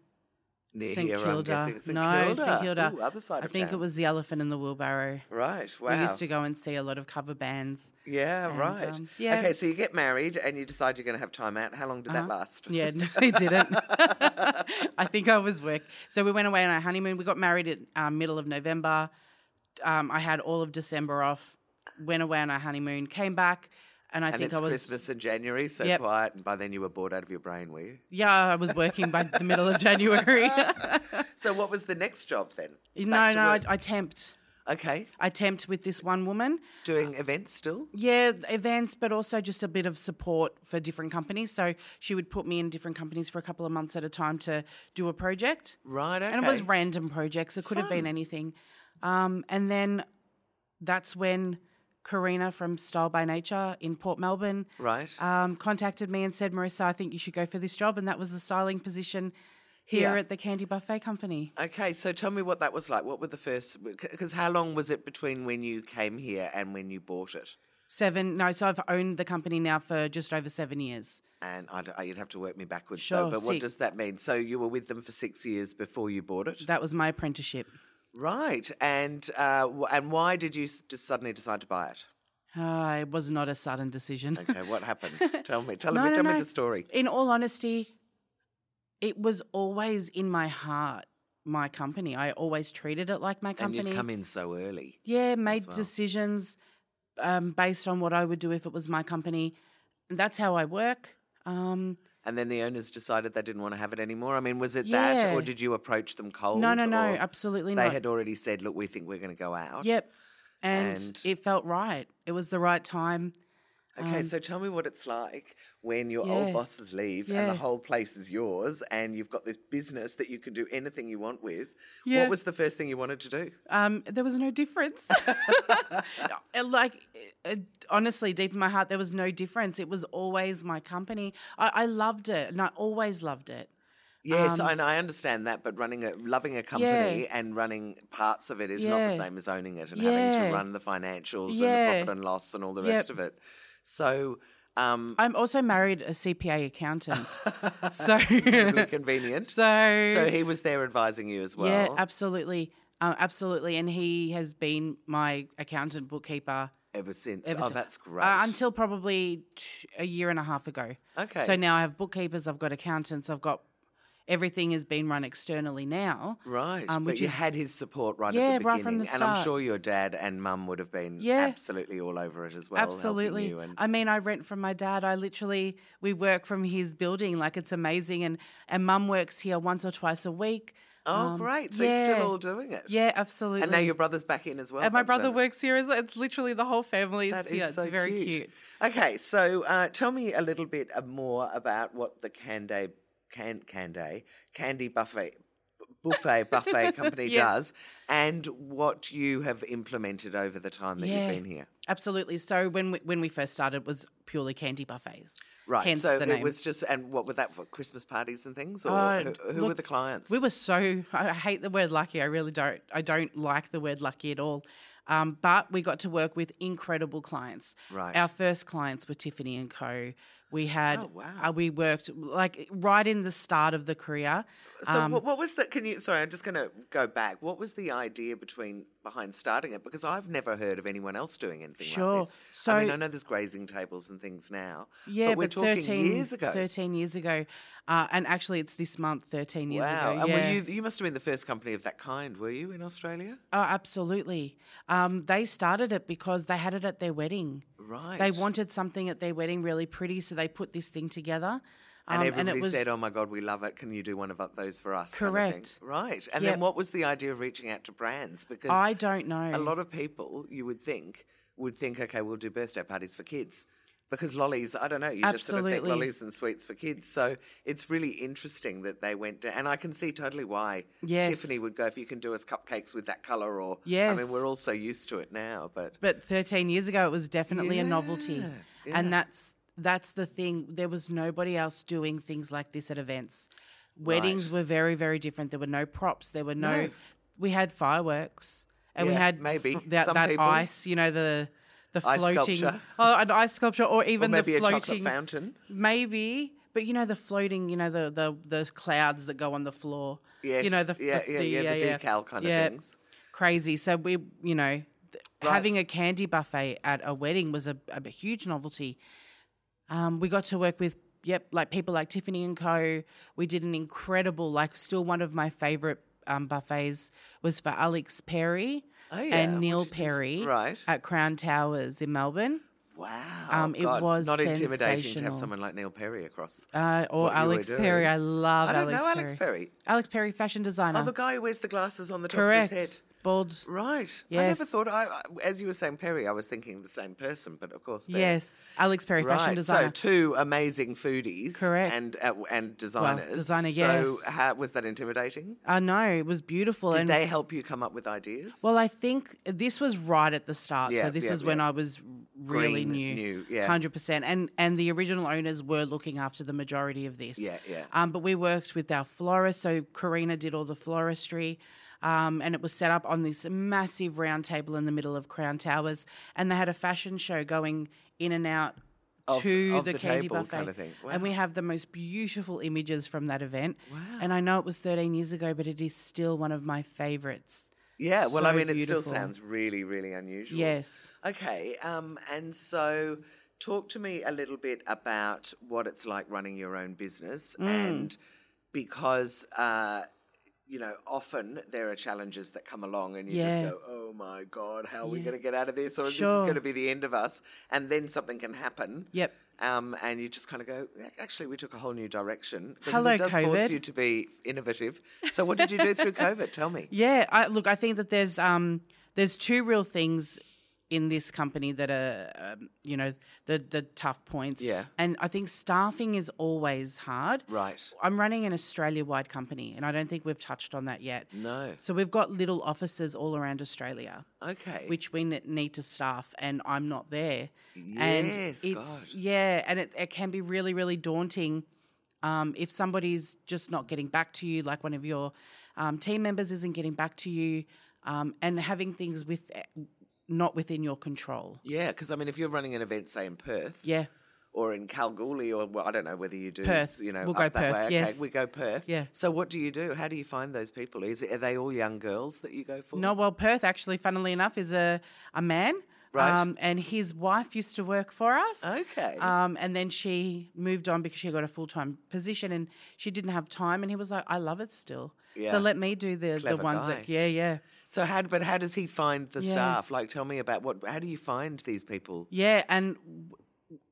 Speaker 1: Uh, Near
Speaker 2: St
Speaker 1: here, I'm
Speaker 2: Kilda.
Speaker 1: guessing. St.
Speaker 2: no, St Kilda.
Speaker 1: Ooh, other side
Speaker 2: I
Speaker 1: of
Speaker 2: think
Speaker 1: town.
Speaker 2: it was the Elephant in the Wheelbarrow.
Speaker 1: Right. Wow.
Speaker 2: We used to go and see a lot of cover bands.
Speaker 1: yeah.
Speaker 2: and,
Speaker 1: right.
Speaker 2: um, yeah. Uh-huh.
Speaker 1: Okay. So you get married and you decide you're going to have time out. How long did that last?
Speaker 2: Yeah, no, we didn't. I think I was work. So we went away on our honeymoon. We got married in um, middle of November. Um, I had all of December off. Went away on our honeymoon. Came back, and I
Speaker 1: And
Speaker 2: think
Speaker 1: it's
Speaker 2: I was
Speaker 1: Christmas in January, so
Speaker 2: Yep.
Speaker 1: quiet. And by then you were bored out of your brain, were you?
Speaker 2: yeah, I was working by the middle of January.
Speaker 1: So what was the next job then?
Speaker 2: no,
Speaker 1: Back to
Speaker 2: no, I,
Speaker 1: work.
Speaker 2: I temped.
Speaker 1: okay.
Speaker 2: I temped with this one woman.
Speaker 1: Doing events still.
Speaker 2: Yeah, events, but also just a bit of support for different companies. So she would put me in different companies for a couple of months at a time to do a project.
Speaker 1: Right. Okay.
Speaker 2: And it was random projects, it could have been anything. Um, and then that's when Karina from Style by Nature in Port Melbourne
Speaker 1: right.
Speaker 2: um, contacted me and said, Marissa, I think you should go for this job. And that was the styling position here
Speaker 1: Yeah.
Speaker 2: at the Candy Buffet Company.
Speaker 1: okay. So tell me what that was like. What were the first? Because how long was it between when you came here and when you bought it?
Speaker 2: Seven, no, so I've owned the company now for just over seven years.
Speaker 1: And I'd, I- you'd have to work me backwards, though.
Speaker 2: Sure,
Speaker 1: But what
Speaker 2: six.
Speaker 1: does that mean? So you were with them for six years before you bought it,
Speaker 2: That was my apprenticeship.
Speaker 1: right? And uh, w- and why did you s- just suddenly decide to buy it?
Speaker 2: Ah, it was not a sudden decision.
Speaker 1: Okay, what happened? tell me, tell
Speaker 2: No,
Speaker 1: me,
Speaker 2: no,
Speaker 1: tell me
Speaker 2: no.
Speaker 1: the story.
Speaker 2: In all honesty, it was always in my heart, my company. I always treated it like my company.
Speaker 1: And you'd come in so early.
Speaker 2: yeah, made decisions um, based on what I would do if it was my company. And that's how I work. Um,
Speaker 1: And then the owners decided they didn't want to have it anymore. I mean, was it that,
Speaker 2: Yeah.
Speaker 1: or did you approach them cold?
Speaker 2: no, no, no,
Speaker 1: or
Speaker 2: absolutely
Speaker 1: They
Speaker 2: not.
Speaker 1: had already said, "Look, we think we're going to go out."
Speaker 2: yep. And,
Speaker 1: And-
Speaker 2: it felt right. It was the right time.
Speaker 1: Okay, so tell me what it's like when your
Speaker 2: Um, yeah.
Speaker 1: old bosses leave and the
Speaker 2: Yeah.
Speaker 1: whole place is yours and you've got this business that you can do anything you want with.
Speaker 2: Yeah.
Speaker 1: What was the first thing you wanted to do?
Speaker 2: um, there was no difference. And, like, uh, honestly, deep in my heart, there was no difference. It was always my company. I, I loved it, and I always loved it.
Speaker 1: Yes,
Speaker 2: Um,
Speaker 1: and I understand that, but running a loving a company and running parts of it is not the
Speaker 2: Yeah.
Speaker 1: same as owning it and having
Speaker 2: Yeah.
Speaker 1: to run the financials and
Speaker 2: Yeah.
Speaker 1: the profit and loss and all the
Speaker 2: Yep.
Speaker 1: rest of it. So um
Speaker 2: I'm also married a CPA accountant. so
Speaker 1: really convenient. So,
Speaker 2: so
Speaker 1: he was there advising you as well.
Speaker 2: Yeah, absolutely. Uh, absolutely. And he has been my accountant bookkeeper
Speaker 1: ever since.
Speaker 2: ever
Speaker 1: oh,
Speaker 2: since-
Speaker 1: that's great.
Speaker 2: uh, until probably t- a year and a half ago.
Speaker 1: okay.
Speaker 2: So now I have bookkeepers, I've got accountants, I've got everything has been run externally now.
Speaker 1: Right,
Speaker 2: um,
Speaker 1: but
Speaker 2: which
Speaker 1: you
Speaker 2: is-
Speaker 1: had his support right
Speaker 2: Yeah,
Speaker 1: at the beginning,
Speaker 2: right from the
Speaker 1: and I'm
Speaker 2: start.
Speaker 1: sure your dad and mum would have been
Speaker 2: Yeah.
Speaker 1: absolutely all over it as well. helping
Speaker 2: Absolutely. Uh,
Speaker 1: you and
Speaker 2: I mean, I rent from my dad. I literally we work from his building. Like it's amazing. And and mum works here once or twice a week.
Speaker 1: oh,
Speaker 2: Um,
Speaker 1: great! So you're
Speaker 2: yeah.
Speaker 1: still all doing it,
Speaker 2: Yeah, absolutely.
Speaker 1: and now your brother's back in as well.
Speaker 2: and my
Speaker 1: that's
Speaker 2: brother
Speaker 1: an-
Speaker 2: works here as well. It's literally the whole family is
Speaker 1: That
Speaker 2: here.
Speaker 1: is so
Speaker 2: it's very
Speaker 1: cute.
Speaker 2: cute.
Speaker 1: Okay, so uh, tell me a little bit uh, more about what the Candy Can Candy Candy Buffet Buffet Buffet Company
Speaker 2: Yes.
Speaker 1: does, and what you have implemented over the time that
Speaker 2: Yeah.
Speaker 1: you've been here.
Speaker 2: Absolutely. So when we, when we first started, it was purely candy buffets.
Speaker 1: Right,
Speaker 2: Hence
Speaker 1: so
Speaker 2: the
Speaker 1: it
Speaker 2: name.
Speaker 1: was just, and what were that for? Christmas parties and things, or
Speaker 2: Uh,
Speaker 1: who, who were
Speaker 2: look,
Speaker 1: the clients?
Speaker 2: We were so I I hate the word lucky. I really don't. I don't like the word lucky at all. Um, but we got to work with incredible clients.
Speaker 1: Right.
Speaker 2: Our first clients were Tiffany and Co. We had.
Speaker 1: Oh, wow.
Speaker 2: uh, we worked like right in the start of the career.
Speaker 1: So
Speaker 2: Um,
Speaker 1: what, what was that? Can you? Sorry, I'm just going to go back. What was the idea between behind starting it? Because I've never heard of anyone else doing anything
Speaker 2: Sure.
Speaker 1: like this. I mean,
Speaker 2: So-
Speaker 1: I know there's grazing tables and things now.
Speaker 2: Yeah,
Speaker 1: but
Speaker 2: but,
Speaker 1: we're talking
Speaker 2: 13
Speaker 1: years ago.
Speaker 2: 13 years ago. Uh, and actually, it's this month, 13 years
Speaker 1: wow.
Speaker 2: ago.
Speaker 1: and
Speaker 2: yeah.
Speaker 1: were you? You must have been the first company of that kind, were you, in Australia?
Speaker 2: Oh, absolutely. Um, they started it because they had it at their wedding.
Speaker 1: Right.
Speaker 2: They wanted something at their wedding really pretty, so they put this thing together.
Speaker 1: And
Speaker 2: Um,
Speaker 1: everybody
Speaker 2: it was,
Speaker 1: said, "Oh my God, we love it! Can you do one of those for us?" kind of thing.
Speaker 2: Correct.
Speaker 1: Right. And then
Speaker 2: Yep.
Speaker 1: what was the idea of reaching out to brands? Because
Speaker 2: I don't know.
Speaker 1: a lot of people you would think would think, okay, we'll do birthday parties for kids. Because lollies, I don't know, you just sort of think
Speaker 2: Absolutely.
Speaker 1: lollies and sweets for kids. So it's really interesting that they went down. And I can see totally why
Speaker 2: Yes.
Speaker 1: Tiffany would go, if you can do us cupcakes with that colour or, I mean,
Speaker 2: Yes.
Speaker 1: we're all so used to it now, but
Speaker 2: but 13 years ago, it was definitely a novelty.
Speaker 1: Yeah, yeah.
Speaker 2: And that's that's the thing. There was nobody else doing things like this at events. Weddings were very, very different. There were no props. There were no.
Speaker 1: No.
Speaker 2: We had fireworks, and we
Speaker 1: Yeah,
Speaker 2: had
Speaker 1: maybe.
Speaker 2: that,
Speaker 1: Some
Speaker 2: that
Speaker 1: people.
Speaker 2: ice. You know the the
Speaker 1: Ice
Speaker 2: floating
Speaker 1: sculpture.
Speaker 2: oh an ice sculpture, or
Speaker 1: or
Speaker 2: even
Speaker 1: maybe
Speaker 2: the
Speaker 1: a chocolate
Speaker 2: floating
Speaker 1: fountain.
Speaker 2: Maybe, but you know the floating, you know the the the clouds that go on the floor.
Speaker 1: Yes.
Speaker 2: you know the
Speaker 1: yeah,
Speaker 2: the,
Speaker 1: yeah,
Speaker 2: the-
Speaker 1: yeah, the
Speaker 2: yeah,
Speaker 1: decal kind
Speaker 2: yeah,
Speaker 1: of things.
Speaker 2: Crazy. So we, you know, th-
Speaker 1: Right.
Speaker 2: having a candy buffet at a wedding was a, a huge novelty. Um, we got to work with yep, like people like Tiffany and Co. We did an incredible, like, still one of my favorite um, buffets was for Alex Perry
Speaker 1: Oh, yeah.
Speaker 2: and
Speaker 1: What
Speaker 2: Neil
Speaker 1: did you-
Speaker 2: Perry
Speaker 1: Right.
Speaker 2: at Crown Towers in Melbourne.
Speaker 1: Wow.
Speaker 2: Um, it
Speaker 1: God,
Speaker 2: was
Speaker 1: not intimidating to have
Speaker 2: sensational.
Speaker 1: someone like Neil Perry across.
Speaker 2: Uh, or
Speaker 1: What you were
Speaker 2: Alex Perry.
Speaker 1: doing.
Speaker 2: I love
Speaker 1: I don't
Speaker 2: Alex
Speaker 1: know
Speaker 2: Perry.
Speaker 1: Alex Perry.
Speaker 2: Alex Perry, fashion designer.
Speaker 1: Oh, the guy who wears the glasses on the top
Speaker 2: Correct.
Speaker 1: of his head.
Speaker 2: Bald.
Speaker 1: Right. I never
Speaker 2: Yes.
Speaker 1: thought I, I- as you were saying Perry, I was thinking the same person, but of course they're-
Speaker 2: Yes. Alex Perry,
Speaker 1: Right.
Speaker 2: fashion designer.
Speaker 1: So two amazing foodies,
Speaker 2: Correct.
Speaker 1: and uh, and designers.
Speaker 2: designer,
Speaker 1: So
Speaker 2: yes.
Speaker 1: how, was that intimidating?
Speaker 2: I know it was beautiful.
Speaker 1: Did
Speaker 2: and
Speaker 1: they help you come up with ideas?
Speaker 2: well, I think this was right at the start.
Speaker 1: Yeah,
Speaker 2: so this
Speaker 1: yeah,
Speaker 2: is when
Speaker 1: yeah.
Speaker 2: I was really
Speaker 1: Green,
Speaker 2: new.
Speaker 1: new, yeah.
Speaker 2: 100%. And and the original owners were looking after the majority of this.
Speaker 1: Yeah, yeah.
Speaker 2: Um, but we worked with our florist. So Karina did all the floristry. Um, and it was set up on this massive round table in the middle of Crown Towers. And they had a fashion show going in and out
Speaker 1: Of-
Speaker 2: to
Speaker 1: of
Speaker 2: the,
Speaker 1: the
Speaker 2: candy
Speaker 1: table
Speaker 2: buffet.
Speaker 1: kind of thing.
Speaker 2: And we
Speaker 1: Wow.
Speaker 2: have the most beautiful images from that event.
Speaker 1: Wow.
Speaker 2: And I know it was 13 years ago, but it is still one of my favorites.
Speaker 1: yeah. Well, I
Speaker 2: so
Speaker 1: mean, it still
Speaker 2: beautiful.
Speaker 1: sounds really, really unusual.
Speaker 2: Yes.
Speaker 1: Okay. Um, and so talk to me a little bit about what it's like running your own business
Speaker 2: Mm.
Speaker 1: and because uh you know, often there are challenges that come along, and you
Speaker 2: Yeah.
Speaker 1: just go, "Oh my God, how are we going to get out of this?" Or "This is
Speaker 2: Sure.
Speaker 1: going to be the end of us." And then something can happen.
Speaker 2: Yep.
Speaker 1: Um, and you just kind of go, "Ac- "Actually, we took a whole new direction." Because
Speaker 2: Hello,
Speaker 1: it does force
Speaker 2: COVID.
Speaker 1: you to be innovative. So, what did you do through COVID? Tell me.
Speaker 2: Yeah, I, look, I think that there's um, there's two real things in this company that are um, you know the the tough points.
Speaker 1: Yeah.
Speaker 2: and I think staffing is always hard.
Speaker 1: Right.
Speaker 2: I'm running an Australia wide company, and I don't think we've touched on that yet.
Speaker 1: No.
Speaker 2: So we've got little offices all around Australia,
Speaker 1: Okay.
Speaker 2: which we ne- need to staff, and I'm not there.
Speaker 1: yes,
Speaker 2: and it's
Speaker 1: God.
Speaker 2: yeah, and it, it can be really really daunting Um, if somebody's just not getting back to you, like one of your um, team members isn't getting back to you, um, and having things with eh, not within your control.
Speaker 1: Yeah, because I mean, if you're running an event, say in Perth,
Speaker 2: Yeah,
Speaker 1: or in Kalgoorlie, or well, I don't know whether you do
Speaker 2: Perth.
Speaker 1: You know,
Speaker 2: We'll
Speaker 1: up
Speaker 2: go
Speaker 1: that
Speaker 2: Perth,
Speaker 1: Way. Okay,
Speaker 2: yes.
Speaker 1: we go Perth.
Speaker 2: Yeah.
Speaker 1: So what do you do? How do you find those people? Is it, are they all young girls that you go for?
Speaker 2: No, well, Perth actually, funnily enough, is a a man. Um,
Speaker 1: Right.
Speaker 2: and his wife used to work for us.
Speaker 1: Okay.
Speaker 2: Um, and then she moved on because she got a full time position and she didn't have time. And he was like, "I love it still.
Speaker 1: Yeah.
Speaker 2: So let me do the
Speaker 1: Clever
Speaker 2: the ones
Speaker 1: guy.
Speaker 2: that yeah, yeah,
Speaker 1: So how? But how does he find the
Speaker 2: Yeah.
Speaker 1: staff? Like, tell me about what? How do you find these people?
Speaker 2: yeah." And w-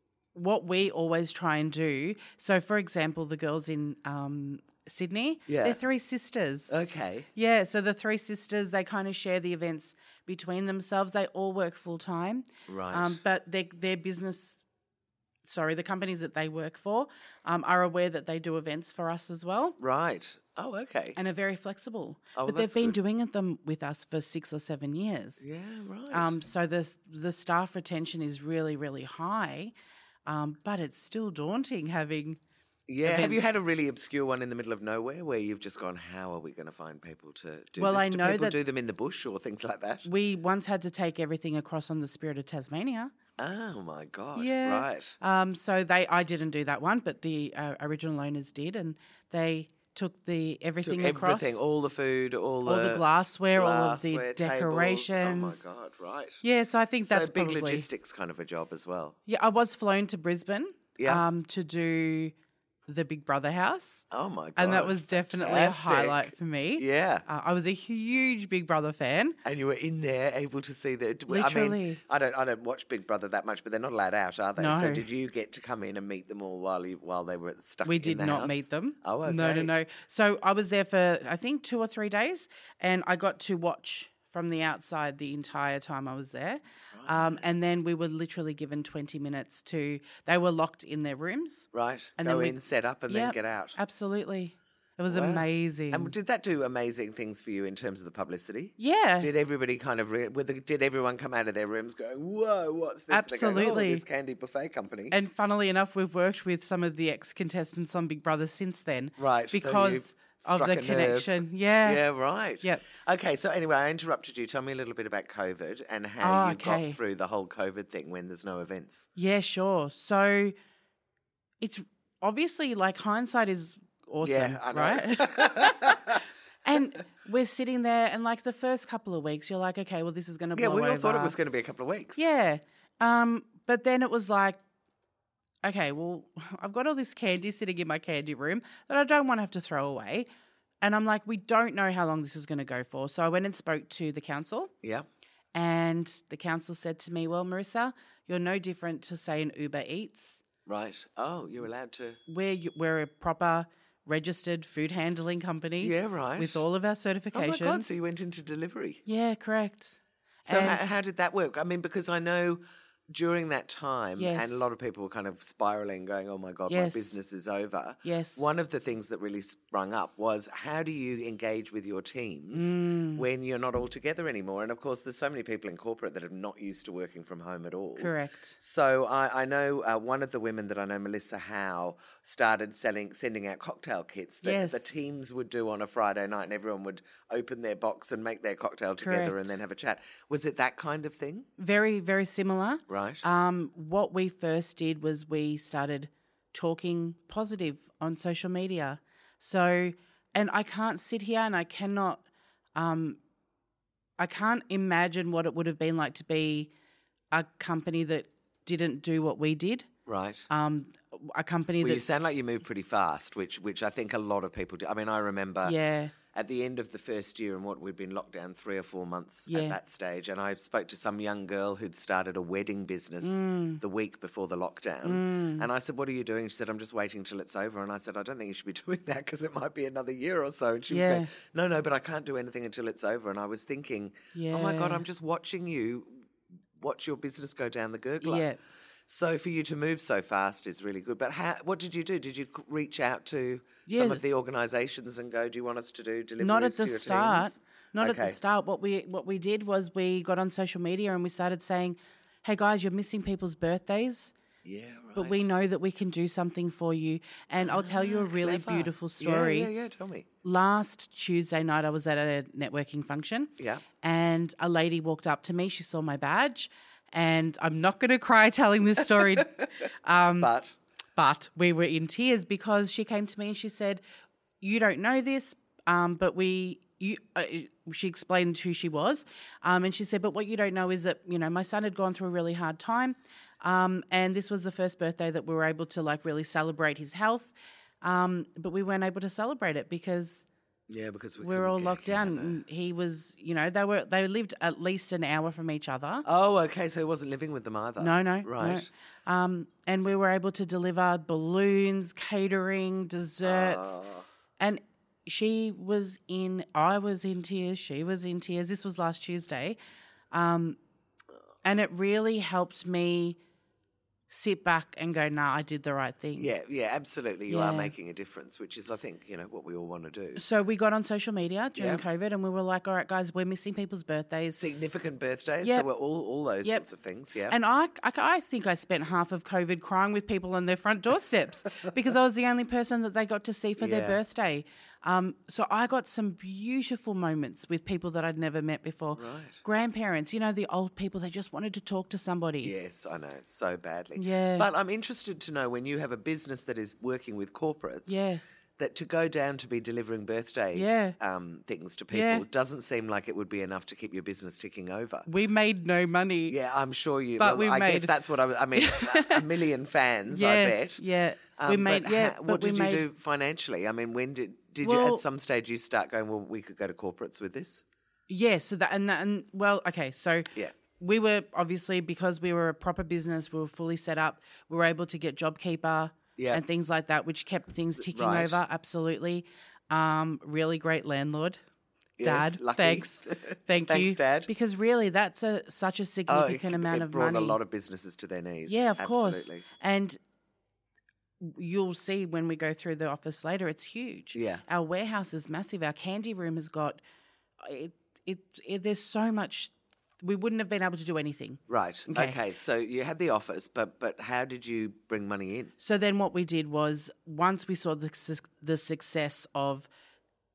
Speaker 2: what we always try and do. So, for example, the girls in um, Sydney,
Speaker 1: Yeah.
Speaker 2: they're three sisters.
Speaker 1: Okay.
Speaker 2: Yeah, so the three sisters, they kind of share the events between themselves. They all work full time.
Speaker 1: Right.
Speaker 2: Um, but their, their business, sorry, the companies that they work for um, are aware that they do events for us as well
Speaker 1: Right. Oh, okay.
Speaker 2: and are very flexible.
Speaker 1: Oh, well,
Speaker 2: but they've
Speaker 1: that's
Speaker 2: been
Speaker 1: good.
Speaker 2: doing it them with us for six or seven years.
Speaker 1: yeah. Right.
Speaker 2: Um, so the, the staff retention is really, really high, um, but it's still daunting having.
Speaker 1: yeah. Have you
Speaker 2: events.
Speaker 1: had a really obscure one in the middle of nowhere where you've just gone? How are we going to find people to do?
Speaker 2: Well,
Speaker 1: this?
Speaker 2: I
Speaker 1: do
Speaker 2: know
Speaker 1: people
Speaker 2: that-
Speaker 1: do them in the bush or things like that.
Speaker 2: We once had to take everything across on the Spirit of Tasmania.
Speaker 1: Oh my god.
Speaker 2: Yeah.
Speaker 1: Right.
Speaker 2: Um, so they, I didn't do that one, but the uh, original owners did, and they took the
Speaker 1: Took
Speaker 2: everything across,
Speaker 1: everything, all the food, all,
Speaker 2: all the glassware, all of the
Speaker 1: glassware, tables.
Speaker 2: decorations.
Speaker 1: Oh my god. Right.
Speaker 2: Yeah, so I think
Speaker 1: So
Speaker 2: that's
Speaker 1: big
Speaker 2: probably.
Speaker 1: logistics kind of a job as well.
Speaker 2: Yeah, I was flown to Brisbane.
Speaker 1: Yeah.
Speaker 2: Um, to do the Big Brother house,
Speaker 1: Oh my god.
Speaker 2: and that was definitely
Speaker 1: fantastic.
Speaker 2: a highlight for me.
Speaker 1: Yeah.
Speaker 2: Uh, I was a huge Big Brother fan.
Speaker 1: And you were in there, able to see the. d- I mean,
Speaker 2: Literally.
Speaker 1: I don't, I don't watch Big Brother that much, but they're not allowed out, are they? So
Speaker 2: No.
Speaker 1: did you get to come in and meet them all while you, while they were stuck?
Speaker 2: We
Speaker 1: in
Speaker 2: did
Speaker 1: the
Speaker 2: not
Speaker 1: house?
Speaker 2: meet them.
Speaker 1: Oh,
Speaker 2: No,
Speaker 1: okay.
Speaker 2: no, no. So I was there for I think two or three days, and I got to watch from the outside the entire time I was there. Um, and then we were literally given twenty minutes to. They were locked in their rooms.
Speaker 1: Right.
Speaker 2: And
Speaker 1: Go
Speaker 2: then we-
Speaker 1: in, set up, and then
Speaker 2: Yep,
Speaker 1: get out.
Speaker 2: Absolutely, it was
Speaker 1: Wow.
Speaker 2: amazing.
Speaker 1: And did that do amazing things for you in terms of the publicity?
Speaker 2: yeah,
Speaker 1: Did everybody kind of re- were the, did everyone come out of their rooms going, "Whoa, what's this?" They're going, "Oh,
Speaker 2: Absolutely.
Speaker 1: this candy buffet company.
Speaker 2: and funnily enough, we've worked with some of the ex contestants on Big Brother since then,
Speaker 1: Right, so you
Speaker 2: Because of
Speaker 1: struck
Speaker 2: the
Speaker 1: a nerve.
Speaker 2: connection. Yeah.
Speaker 1: yeah, right.
Speaker 2: Yep.
Speaker 1: Okay, so anyway, I interrupted you. Tell me a little bit about COVID and how
Speaker 2: Oh,
Speaker 1: you
Speaker 2: okay.
Speaker 1: got through the whole COVID thing when there's no events.
Speaker 2: Yeah, sure. So it's obviously like hindsight is awesome,
Speaker 1: Yeah, I know.
Speaker 2: right? and we're sitting there, and like the first couple of weeks, you're like, okay, well, this is going to
Speaker 1: Yeah,
Speaker 2: blow
Speaker 1: we all thought it
Speaker 2: over.
Speaker 1: was going to be a couple of weeks.
Speaker 2: Yeah. Um, but then it was like, okay, well, I've got all this candy sitting in my candy room that I don't want to have to throw away. And I'm like, we don't know how long this is going to go for. So I went and spoke to the council.
Speaker 1: Yeah.
Speaker 2: And the council said to me, Well, Marissa, you're no different to, say, an Uber Eats.
Speaker 1: Right. Oh, you're allowed to.
Speaker 2: We're, y- we're a proper registered food handling company
Speaker 1: Yeah, right.
Speaker 2: with all of our
Speaker 1: Oh my
Speaker 2: certifications.
Speaker 1: god! So you went into delivery.
Speaker 2: yeah, correct.
Speaker 1: So how,
Speaker 2: And-
Speaker 1: how did that work? I mean, because I know during that time,
Speaker 2: Yes.
Speaker 1: and a lot of people were kind of spiraling, going, "Oh my god,
Speaker 2: Yes.
Speaker 1: my business is over."
Speaker 2: Yes.
Speaker 1: One of the things that really sprung up was how do you engage with your teams
Speaker 2: Mm.
Speaker 1: when you're not all together anymore? And of course, there's so many people in corporate that are not used to working from home at all.
Speaker 2: Correct.
Speaker 1: So I, I know uh, one of the women that I know, Melissa Howe, started selling, sending out cocktail kits that the
Speaker 2: Yes.
Speaker 1: teams would do on a Friday night, and everyone would open their box and make their cocktail together, and
Speaker 2: Correct.
Speaker 1: then have a chat. Was it that kind of thing?
Speaker 2: Very, very similar.
Speaker 1: Right.
Speaker 2: Um, what we first did was we started talking positive on social media. So, and I can't sit here and I cannot, um, I can't imagine what it would have been like to be a company that didn't do what we did.
Speaker 1: right.
Speaker 2: Um, a company
Speaker 1: well, you
Speaker 2: that,
Speaker 1: sound like you move pretty fast, which which I think a lot of people do. I mean, I remember
Speaker 2: yeah,
Speaker 1: at the end of the first year and what we'd been locked down three or four months at
Speaker 2: Yeah.
Speaker 1: that stage. And I spoke to some young girl who'd started a wedding business
Speaker 2: Mm.
Speaker 1: the week before the lockdown. And I said, What are you doing? She said, I'm just waiting till it's over. And I said, I don't think you should be doing that because it might be another year or so. And she was
Speaker 2: Yeah.
Speaker 1: going, No, no, but I can't do anything until it's over. And I was thinking, Oh my God,
Speaker 2: Yeah.
Speaker 1: I'm just watching you watch your business go down the gurgler.
Speaker 2: yeah.
Speaker 1: So for you to move so fast is really good. But how, what did you do? Did you c- reach out to some
Speaker 2: Yeah.
Speaker 1: of the organisations and go, "Do you want us to do deliveries?"
Speaker 2: Not at
Speaker 1: to
Speaker 2: the
Speaker 1: your
Speaker 2: start.
Speaker 1: teams?"
Speaker 2: Not at
Speaker 1: Okay.
Speaker 2: the start. What we what we did was we got on social media and we started saying, "Hey guys, you're missing people's birthdays.
Speaker 1: Yeah, right.
Speaker 2: But we know that we can do something for you. And I'll tell you a really
Speaker 1: Ah, Clever.
Speaker 2: beautiful
Speaker 1: Yeah,
Speaker 2: story.
Speaker 1: Yeah, yeah, tell me.
Speaker 2: Last Tuesday night, I was at a networking function.
Speaker 1: Yeah.
Speaker 2: And a lady walked up to me. She saw my badge. And I'm not going to cry telling this story Um,
Speaker 1: but
Speaker 2: but we were in tears because she came to me and she said, "You don't know this, um, but we." You, uh, she explained who she was, um, and she said, "But what you don't know is that you know my son had gone through a really hard time, um, and this was the first birthday that we were able to like really celebrate his health, um, but we weren't able to celebrate it because
Speaker 1: yeah, because we
Speaker 2: we were
Speaker 1: couldn't
Speaker 2: all
Speaker 1: get
Speaker 2: locked
Speaker 1: him
Speaker 2: down.
Speaker 1: out.
Speaker 2: And he was, you know, they were they lived at least an hour from each other,
Speaker 1: Oh, okay. So he wasn't living with them either.
Speaker 2: no, no, no.
Speaker 1: Right.
Speaker 2: Um, and we were able to deliver balloons, catering, desserts,
Speaker 1: Oh.
Speaker 2: and she was in. I was in tears. She was in tears. This was last Tuesday, um, and it really helped me sit back and go, "Nah, I did the right thing."
Speaker 1: Yeah, yeah, absolutely. You are
Speaker 2: Yeah.
Speaker 1: making a difference, which is, I think, you know, what we all want to do.
Speaker 2: So we got on social media
Speaker 1: Yeah.
Speaker 2: during COVID, and we were like, "All right, guys, we're missing people's birthdays.
Speaker 1: Significant birthdays.
Speaker 2: Yep.
Speaker 1: There were all, all those
Speaker 2: Yep.
Speaker 1: sorts of things. Yeah.
Speaker 2: And I, I, I think I spent half of COVID crying with people on their front doorsteps because I was the only person that they got to see for
Speaker 1: Yeah.
Speaker 2: their birthday. Um, so I got some beautiful moments with people that I'd never met before.
Speaker 1: Right.
Speaker 2: Grandparents, you know, the old people, they just wanted to talk to somebody.
Speaker 1: yes, I know. So badly.
Speaker 2: Yeah.
Speaker 1: But I'm interested to know when you have a business that is working with corporates.
Speaker 2: Yeah.
Speaker 1: That to go down to be delivering birthday
Speaker 2: Yeah.
Speaker 1: um, things to people
Speaker 2: Yeah.
Speaker 1: doesn't seem like it would be enough to keep your business ticking over.
Speaker 2: We made no money.
Speaker 1: Yeah, I'm sure you.
Speaker 2: But
Speaker 1: well,
Speaker 2: we
Speaker 1: I guess
Speaker 2: made-
Speaker 1: that's what I was. I mean, a million fans. I bet.
Speaker 2: Yes. Yeah. we
Speaker 1: Um,
Speaker 2: made,
Speaker 1: but
Speaker 2: yeah.
Speaker 1: ha-
Speaker 2: but
Speaker 1: what
Speaker 2: we
Speaker 1: did
Speaker 2: made,
Speaker 1: you do financially? I mean, when did did you
Speaker 2: Well-
Speaker 1: at some stage you start going? Well, we could go to corporates with this.
Speaker 2: Yeah, so that and that, and well, okay, so
Speaker 1: Yeah.
Speaker 2: we were obviously because we were a proper business, we were fully set up. We were able to get JobKeeper
Speaker 1: Yeah.
Speaker 2: and things like that, which kept things ticking
Speaker 1: Right.
Speaker 2: over. Absolutely, um, really great landlord, Dad.
Speaker 1: lucky.
Speaker 2: Thanks, thank
Speaker 1: Thanks,
Speaker 2: you,
Speaker 1: Dad.
Speaker 2: Because really, that's a such a
Speaker 1: Oh,
Speaker 2: significant
Speaker 1: it,
Speaker 2: amount
Speaker 1: it
Speaker 2: of
Speaker 1: brought
Speaker 2: money.
Speaker 1: a lot of businesses to their knees.
Speaker 2: yeah, of
Speaker 1: Absolutely.
Speaker 2: course, and you'll see when we go through the office later. It's huge.
Speaker 1: Yeah.
Speaker 2: our warehouse is massive. Our candy room has got it. It, it there's so much. We wouldn't have been able to do anything.
Speaker 1: Right. Okay.
Speaker 2: Okay.
Speaker 1: So you had the office, but but how did you bring money in?
Speaker 2: So then what we did was once we saw the suc- the success of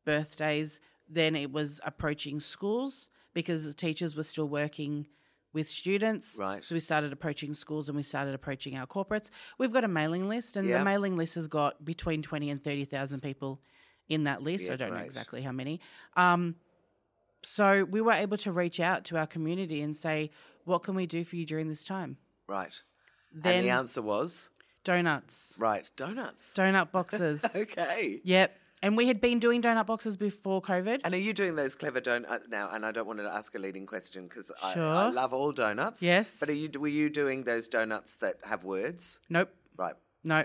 Speaker 2: birthdays, then it was approaching schools because the teachers were still working with students.
Speaker 1: Right.
Speaker 2: So we started approaching schools and we started approaching our corporates. We've got a mailing list and
Speaker 1: Yeah.
Speaker 2: the mailing list has got between 20 and 30,000 people in that list.
Speaker 1: Yeah,
Speaker 2: I don't
Speaker 1: great.
Speaker 2: know exactly how many. Um so we were able to reach out to our community and say, "What can we do for you during this time?"
Speaker 1: Right.
Speaker 2: Then
Speaker 1: and the answer was
Speaker 2: donuts,
Speaker 1: right donuts.
Speaker 2: donut boxes.
Speaker 1: okay.
Speaker 2: Yep. And we had been doing donut boxes before COVID.
Speaker 1: And are you doing those clever donuts now? And I don't want to ask a leading question because I, I
Speaker 2: Sure.
Speaker 1: love all donuts.
Speaker 2: Yes.
Speaker 1: But are you were you doing those donuts that have words?
Speaker 2: Nope.
Speaker 1: Right.
Speaker 2: No.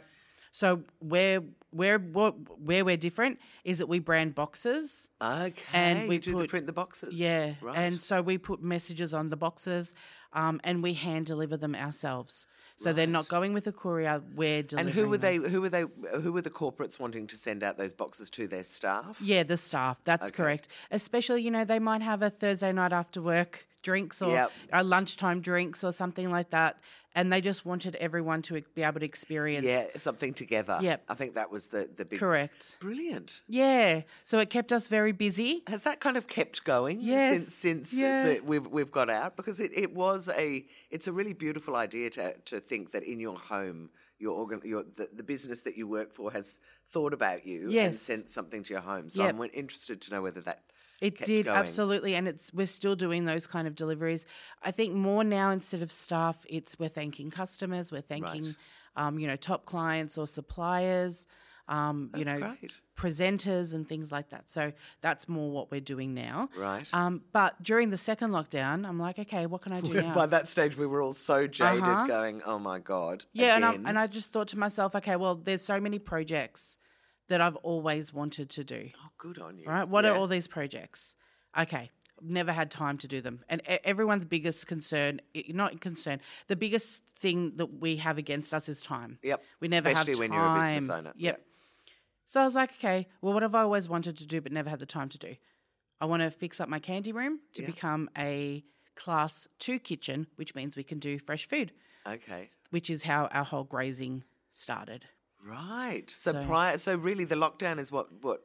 Speaker 2: So where where what where we're different is that we brand boxes.
Speaker 1: Okay.
Speaker 2: we
Speaker 1: you do the
Speaker 2: put-
Speaker 1: print the boxes.
Speaker 2: Yeah.
Speaker 1: Right.
Speaker 2: And so we put messages on the boxes um, and we hand deliver them ourselves. So they're not going with a courier. We're delivering
Speaker 1: and who were
Speaker 2: them.
Speaker 1: they? Who were they? Who were the corporates wanting to send out those boxes to their staff?
Speaker 2: Yeah, the staff. That's
Speaker 1: Okay.
Speaker 2: correct. Especially, you know, they might have a Thursday night after work drinks or
Speaker 1: Yep.
Speaker 2: a lunchtime drinks or something like that. And they just wanted everyone to be able to experience.
Speaker 1: Yeah, something together.
Speaker 2: Yep.
Speaker 1: I think that was the the big.
Speaker 2: Correct.
Speaker 1: Brilliant.
Speaker 2: Yeah. So it kept us very busy.
Speaker 1: Has that kind of kept going
Speaker 2: Yes,
Speaker 1: since since
Speaker 2: yeah.
Speaker 1: that we've we've got out? Because it, it was a it's a really beautiful idea to to think that in your home your organ your the, the business that you work for has thought about you and
Speaker 2: Yes.
Speaker 1: sent something to your home. So
Speaker 2: Yep.
Speaker 1: I'm interested to know whether that
Speaker 2: It
Speaker 1: kept
Speaker 2: did
Speaker 1: going.
Speaker 2: absolutely, and it's we're still doing those kind of deliveries. I think more now instead of staff, it's we're thanking customers, we're thanking, um, you know, top clients or suppliers, um, you
Speaker 1: That's
Speaker 2: know,
Speaker 1: great.
Speaker 2: presenters and things like that. So that's more what we're doing now.
Speaker 1: Right.
Speaker 2: Um, but during the second lockdown, I'm like, okay, what can I do now?
Speaker 1: By that stage, we were all so jaded,
Speaker 2: Uh-huh.
Speaker 1: going, "Oh my god!"
Speaker 2: Yeah, and I,
Speaker 1: again."
Speaker 2: and I just thought to myself, okay, well, there's so many projects that I've always wanted to do.
Speaker 1: oh, good on you.
Speaker 2: right? What
Speaker 1: Yeah.
Speaker 2: are all these projects? Okay, never had time to do them. And e- everyone's biggest concern, i- not concern, the biggest thing that we have against us is time.
Speaker 1: Yep.
Speaker 2: We never
Speaker 1: Especially
Speaker 2: have time.
Speaker 1: when you're a business owner.
Speaker 2: Yep. So I was like, okay, well, what have I always wanted to do but never had the time to do? I want to fix up my candy room to become a class two kitchen, which means we can do fresh food.
Speaker 1: Okay.
Speaker 2: which is how our whole grazing started.
Speaker 1: Right. So,
Speaker 2: So-
Speaker 1: prior, so really, the lockdown is what what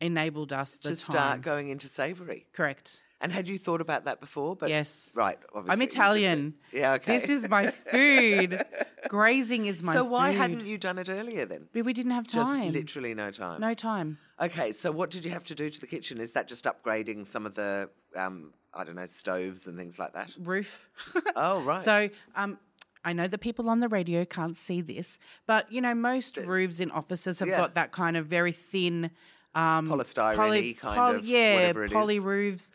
Speaker 2: Enabled us
Speaker 1: to
Speaker 2: the time.
Speaker 1: start going into savoury.
Speaker 2: Correct.
Speaker 1: And had you thought about that before? But
Speaker 2: Yes.
Speaker 1: Right. Obviously,
Speaker 2: I'm
Speaker 1: you just said-
Speaker 2: Italian.
Speaker 1: yeah. Okay.
Speaker 2: This is my food. Grazing is my
Speaker 1: so. Why
Speaker 2: food.
Speaker 1: hadn't you done it earlier then?
Speaker 2: But we didn't have
Speaker 1: Just
Speaker 2: time.
Speaker 1: literally no time.
Speaker 2: no time.
Speaker 1: Okay. So what did you have to do to the kitchen? Is that just upgrading some of the um, I don't know stoves and things like
Speaker 2: Mm.
Speaker 1: that?
Speaker 2: Roof.
Speaker 1: Oh right.
Speaker 2: So, um, I know the people on the radio can't see this, but you know, most roofs in offices have
Speaker 1: yeah.
Speaker 2: got that kind of very thin um,
Speaker 1: polystyrene
Speaker 2: poly,
Speaker 1: kind
Speaker 2: poly-
Speaker 1: of
Speaker 2: yeah,
Speaker 1: whatever it is.
Speaker 2: poly roofs.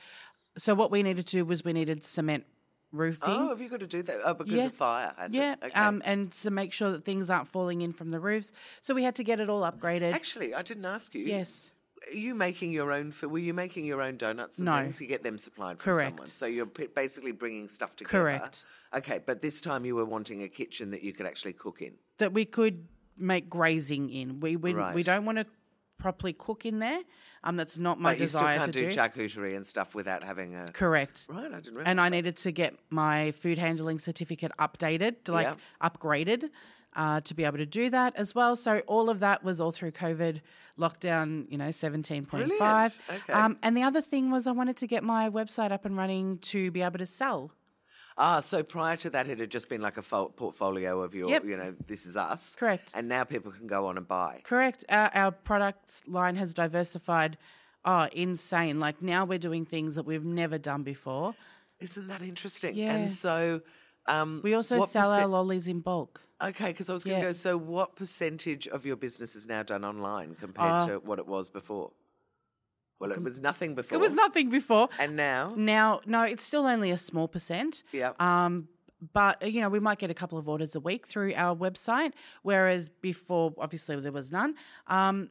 Speaker 2: So what we needed to do was we needed cement roofing.
Speaker 1: Oh, have you got to do that? Oh, because
Speaker 2: Yeah.
Speaker 1: of fire. has it?
Speaker 2: Yeah,
Speaker 1: Okay.
Speaker 2: um, and to make sure that things aren't falling in from the roofs, so we had to get it all upgraded.
Speaker 1: Actually, I didn't ask you.
Speaker 2: yes,
Speaker 1: Are you making your own? f- Were you making your own donuts? And
Speaker 2: No.
Speaker 1: Things? You get them supplied from someone.
Speaker 2: Correct.
Speaker 1: So you're p- basically bringing stuff together.
Speaker 2: Correct.
Speaker 1: Okay, but this time you were wanting a kitchen that you could actually cook in.
Speaker 2: that we could make grazing in. We we, we
Speaker 1: Right.
Speaker 2: don't want to properly cook in there. Um, that's not my
Speaker 1: But you still
Speaker 2: desire
Speaker 1: can't do
Speaker 2: to
Speaker 1: charcuterie and stuff without having a.
Speaker 2: Correct.
Speaker 1: Right, I didn't realize.
Speaker 2: and I needed to get my food handling certificate updated, to, like upgraded, uh, to be able to do that as well. So all of that was all through COVID lockdown, you know, seventeen point five.
Speaker 1: Brilliant. Okay.
Speaker 2: Um, and the other thing was I wanted to get my website up and running to be able to sell.
Speaker 1: Ah, so prior to that, it had just been like a fol- portfolio of your,
Speaker 2: Yep.
Speaker 1: you know, this is us.
Speaker 2: Correct.
Speaker 1: And now people can go on and buy.
Speaker 2: Correct. Our, our product line has diversified. Oh, insane! Like now we're doing things that we've never done before.
Speaker 1: Isn't that interesting?
Speaker 2: Yeah.
Speaker 1: And so. Um,
Speaker 2: We also
Speaker 1: what
Speaker 2: sell our
Speaker 1: percent-
Speaker 2: lollies in bulk.
Speaker 1: Okay, because I was going to
Speaker 2: Yeah.
Speaker 1: go. So, what percentage of your business is now done online compared
Speaker 2: Uh,
Speaker 1: to what it was before? Well, it was nothing before.
Speaker 2: It was Mm. nothing before.
Speaker 1: And now,
Speaker 2: Now, no, it's still only a small percent.
Speaker 1: yeah.
Speaker 2: Um, but uh, you know, we might get a couple of orders a week through our website, whereas before, obviously, there was none. Um,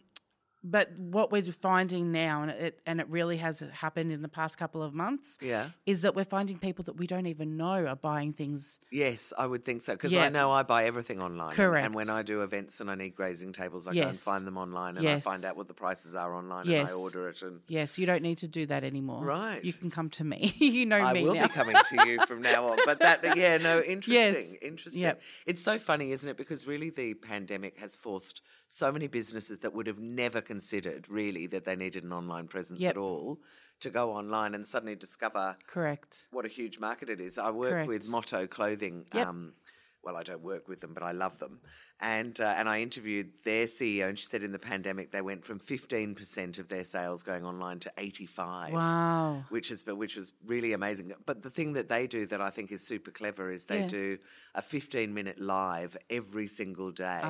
Speaker 2: but what we're finding now, and it and it really has happened in the past couple of months,
Speaker 1: Yeah.
Speaker 2: is that we're finding people that we don't even know are buying things.
Speaker 1: yes, I would think so because I
Speaker 2: Yeah.
Speaker 1: know I buy everything online. and- And when
Speaker 2: Correct.
Speaker 1: I do events and I need grazing tables, I go and
Speaker 2: Yes.
Speaker 1: find them online and
Speaker 2: Yes.
Speaker 1: I find out what the prices are online and
Speaker 2: Yes.
Speaker 1: I order it. And
Speaker 2: Yes, you don't need to do that anymore.
Speaker 1: Right.
Speaker 2: you can come to me. you know
Speaker 1: I
Speaker 2: me
Speaker 1: will
Speaker 2: now.
Speaker 1: be coming to you from now on. But that, yeah, no, interesting, interesting.
Speaker 2: Yep.
Speaker 1: It's so funny, isn't it? Because really, the pandemic has forced so many businesses that would have never considered really that they needed an online presence
Speaker 2: Yep.
Speaker 1: at all to go online and suddenly discover
Speaker 2: Correct.
Speaker 1: what a huge market it is. I work with
Speaker 2: Correct.
Speaker 1: Motto Clothing.
Speaker 2: Yep.
Speaker 1: Um, well, I don't work with them, but I love them. And uh, and I interviewed their CEO, and she said in the pandemic they went from fifteen percent of their sales going online to eighty five
Speaker 2: Wow.
Speaker 1: which is but which was really amazing. But the thing that they do that I think is super clever is they
Speaker 2: Yeah.
Speaker 1: do a 15 minute live every single day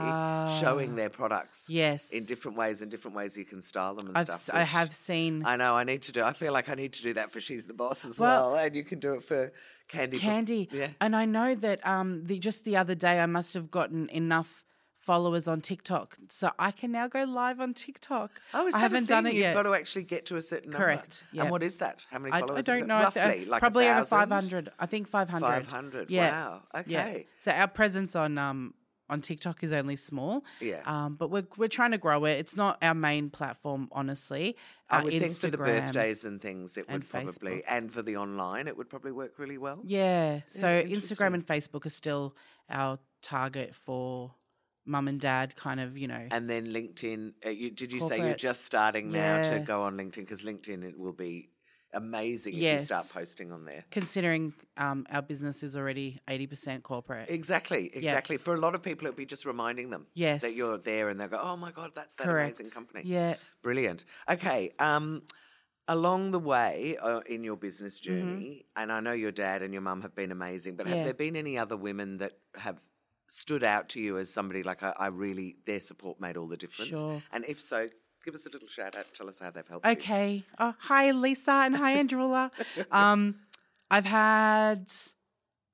Speaker 1: showing their products
Speaker 2: Ah. Yes,
Speaker 1: in different ways and different ways you can style them and
Speaker 2: I've,
Speaker 1: stuff.
Speaker 2: s- I
Speaker 1: which
Speaker 2: have seen
Speaker 1: I know I need to do. I feel like I need to do that for She's the Boss as well,
Speaker 2: Well-
Speaker 1: and you can do it for Candy. Pro-
Speaker 2: candy.
Speaker 1: yeah.
Speaker 2: And I know that um the just the other day I must have gotten enough followers on TikTok. So I can now go live on TikTok.
Speaker 1: Oh, is
Speaker 2: I
Speaker 1: that
Speaker 2: haven't
Speaker 1: a thing?
Speaker 2: done it
Speaker 1: You've
Speaker 2: yet.
Speaker 1: got to actually get to a certain number.
Speaker 2: Correct, yeah.
Speaker 1: And what is that? How many
Speaker 2: I, I
Speaker 1: followers? have you
Speaker 2: don't know.
Speaker 1: got?
Speaker 2: I th-
Speaker 1: Roughly, like a
Speaker 2: probably over
Speaker 1: thousand?
Speaker 2: five hundred. I think five hundred.
Speaker 1: 500. Wow. Okay.
Speaker 2: So our presence on um on TikTok is only small.
Speaker 1: Yeah.
Speaker 2: Um, but we're we're trying to grow it. It's not our main platform, honestly.
Speaker 1: I
Speaker 2: Our
Speaker 1: would think for the
Speaker 2: Uh, Instagram-
Speaker 1: birthdays and things, it would
Speaker 2: and
Speaker 1: probably,
Speaker 2: Facebook.
Speaker 1: and for the online, it would probably work really well.
Speaker 2: Yeah. So
Speaker 1: interesting.
Speaker 2: Instagram and Facebook are still our target for mum and dad kind of, you know.
Speaker 1: And then LinkedIn, uh, you, did you say you're
Speaker 2: Corporate.
Speaker 1: just starting now to
Speaker 2: Yeah.
Speaker 1: go on LinkedIn? Because LinkedIn, it will be amazing if you start
Speaker 2: Yes.
Speaker 1: posting on there.
Speaker 2: considering um, our business is already 80% corporate.
Speaker 1: Exactly, exactly. For a lot of people, it'll be just reminding them
Speaker 2: yes.
Speaker 1: that you're there and they'll go, oh my God, that's that amazing company.
Speaker 2: Yeah.
Speaker 1: Brilliant. Okay. Um, along the way uh, in your business journey, and I know your dad and your mum have been amazing, but have
Speaker 2: Mm-hmm. Yeah.
Speaker 1: there been any other women that have stood out to you as somebody like I, I really their support made all the difference?
Speaker 2: Sure.
Speaker 1: And if so, give us a little shout out. Tell us how they've helped. you.
Speaker 2: Okay. Oh, hi, Lisa, and hi, Andrula. um, I've had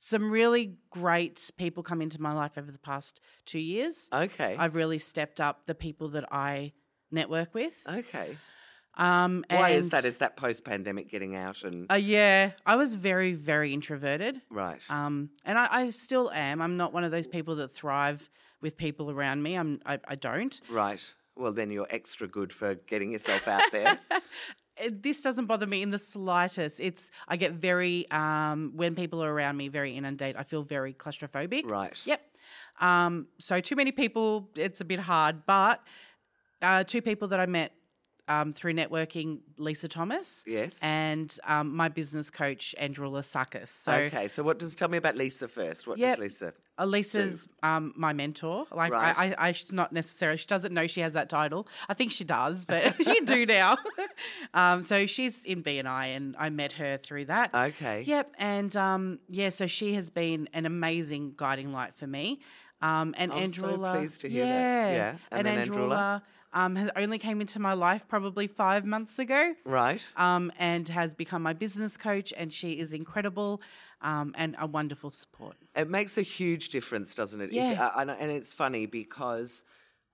Speaker 2: some really great people come into my life over the past two years.
Speaker 1: Okay.
Speaker 2: I've really stepped up the people that I network with.
Speaker 1: okay.
Speaker 2: Um,
Speaker 1: Uh, Why is
Speaker 2: and-
Speaker 1: that? Is that post pandemic getting out and
Speaker 2: Uh, yeah, I was very, very introverted.
Speaker 1: right?
Speaker 2: Um, and I, I still am. I'm not one of those people that thrive with people around me. I'm, I, I don't.
Speaker 1: right. Well, then you're extra good for getting yourself out there.
Speaker 2: eh, this doesn't bother me in the slightest. It's I get very um, when people are around me, very inundate. I feel very claustrophobic.
Speaker 1: Right.
Speaker 2: Yep. Um, so too many people, it's a bit hard. But uh, two people that I met um, through networking, Lisa Thomas,
Speaker 1: Yes.
Speaker 2: and um, my business coach Andrew Lasakis. So
Speaker 1: okay. So what does tell me about Lisa first? What
Speaker 2: Yep.
Speaker 1: does Lisa?
Speaker 2: uh, Lisa's um, my mentor. Like
Speaker 1: Right.
Speaker 2: I, I, I should not necessarily. She doesn't know she has that title. I think she does, but you do now. um, so she's in BNI, and I met her through that.
Speaker 1: Okay.
Speaker 2: Yep, and um, yeah, so she has been an amazing guiding light for me. Um, and
Speaker 1: I'm so
Speaker 2: Andrula,
Speaker 1: pleased to hear that. Yeah,
Speaker 2: and,
Speaker 1: and then
Speaker 2: Andrula,
Speaker 1: Andrula?
Speaker 2: um, has only came into my life probably five months ago
Speaker 1: Right.
Speaker 2: um, and has become my business coach. And she is incredible um, and a wonderful support.
Speaker 1: It makes a huge difference, doesn't it? If-
Speaker 2: Yeah.
Speaker 1: uh, and, and it's funny because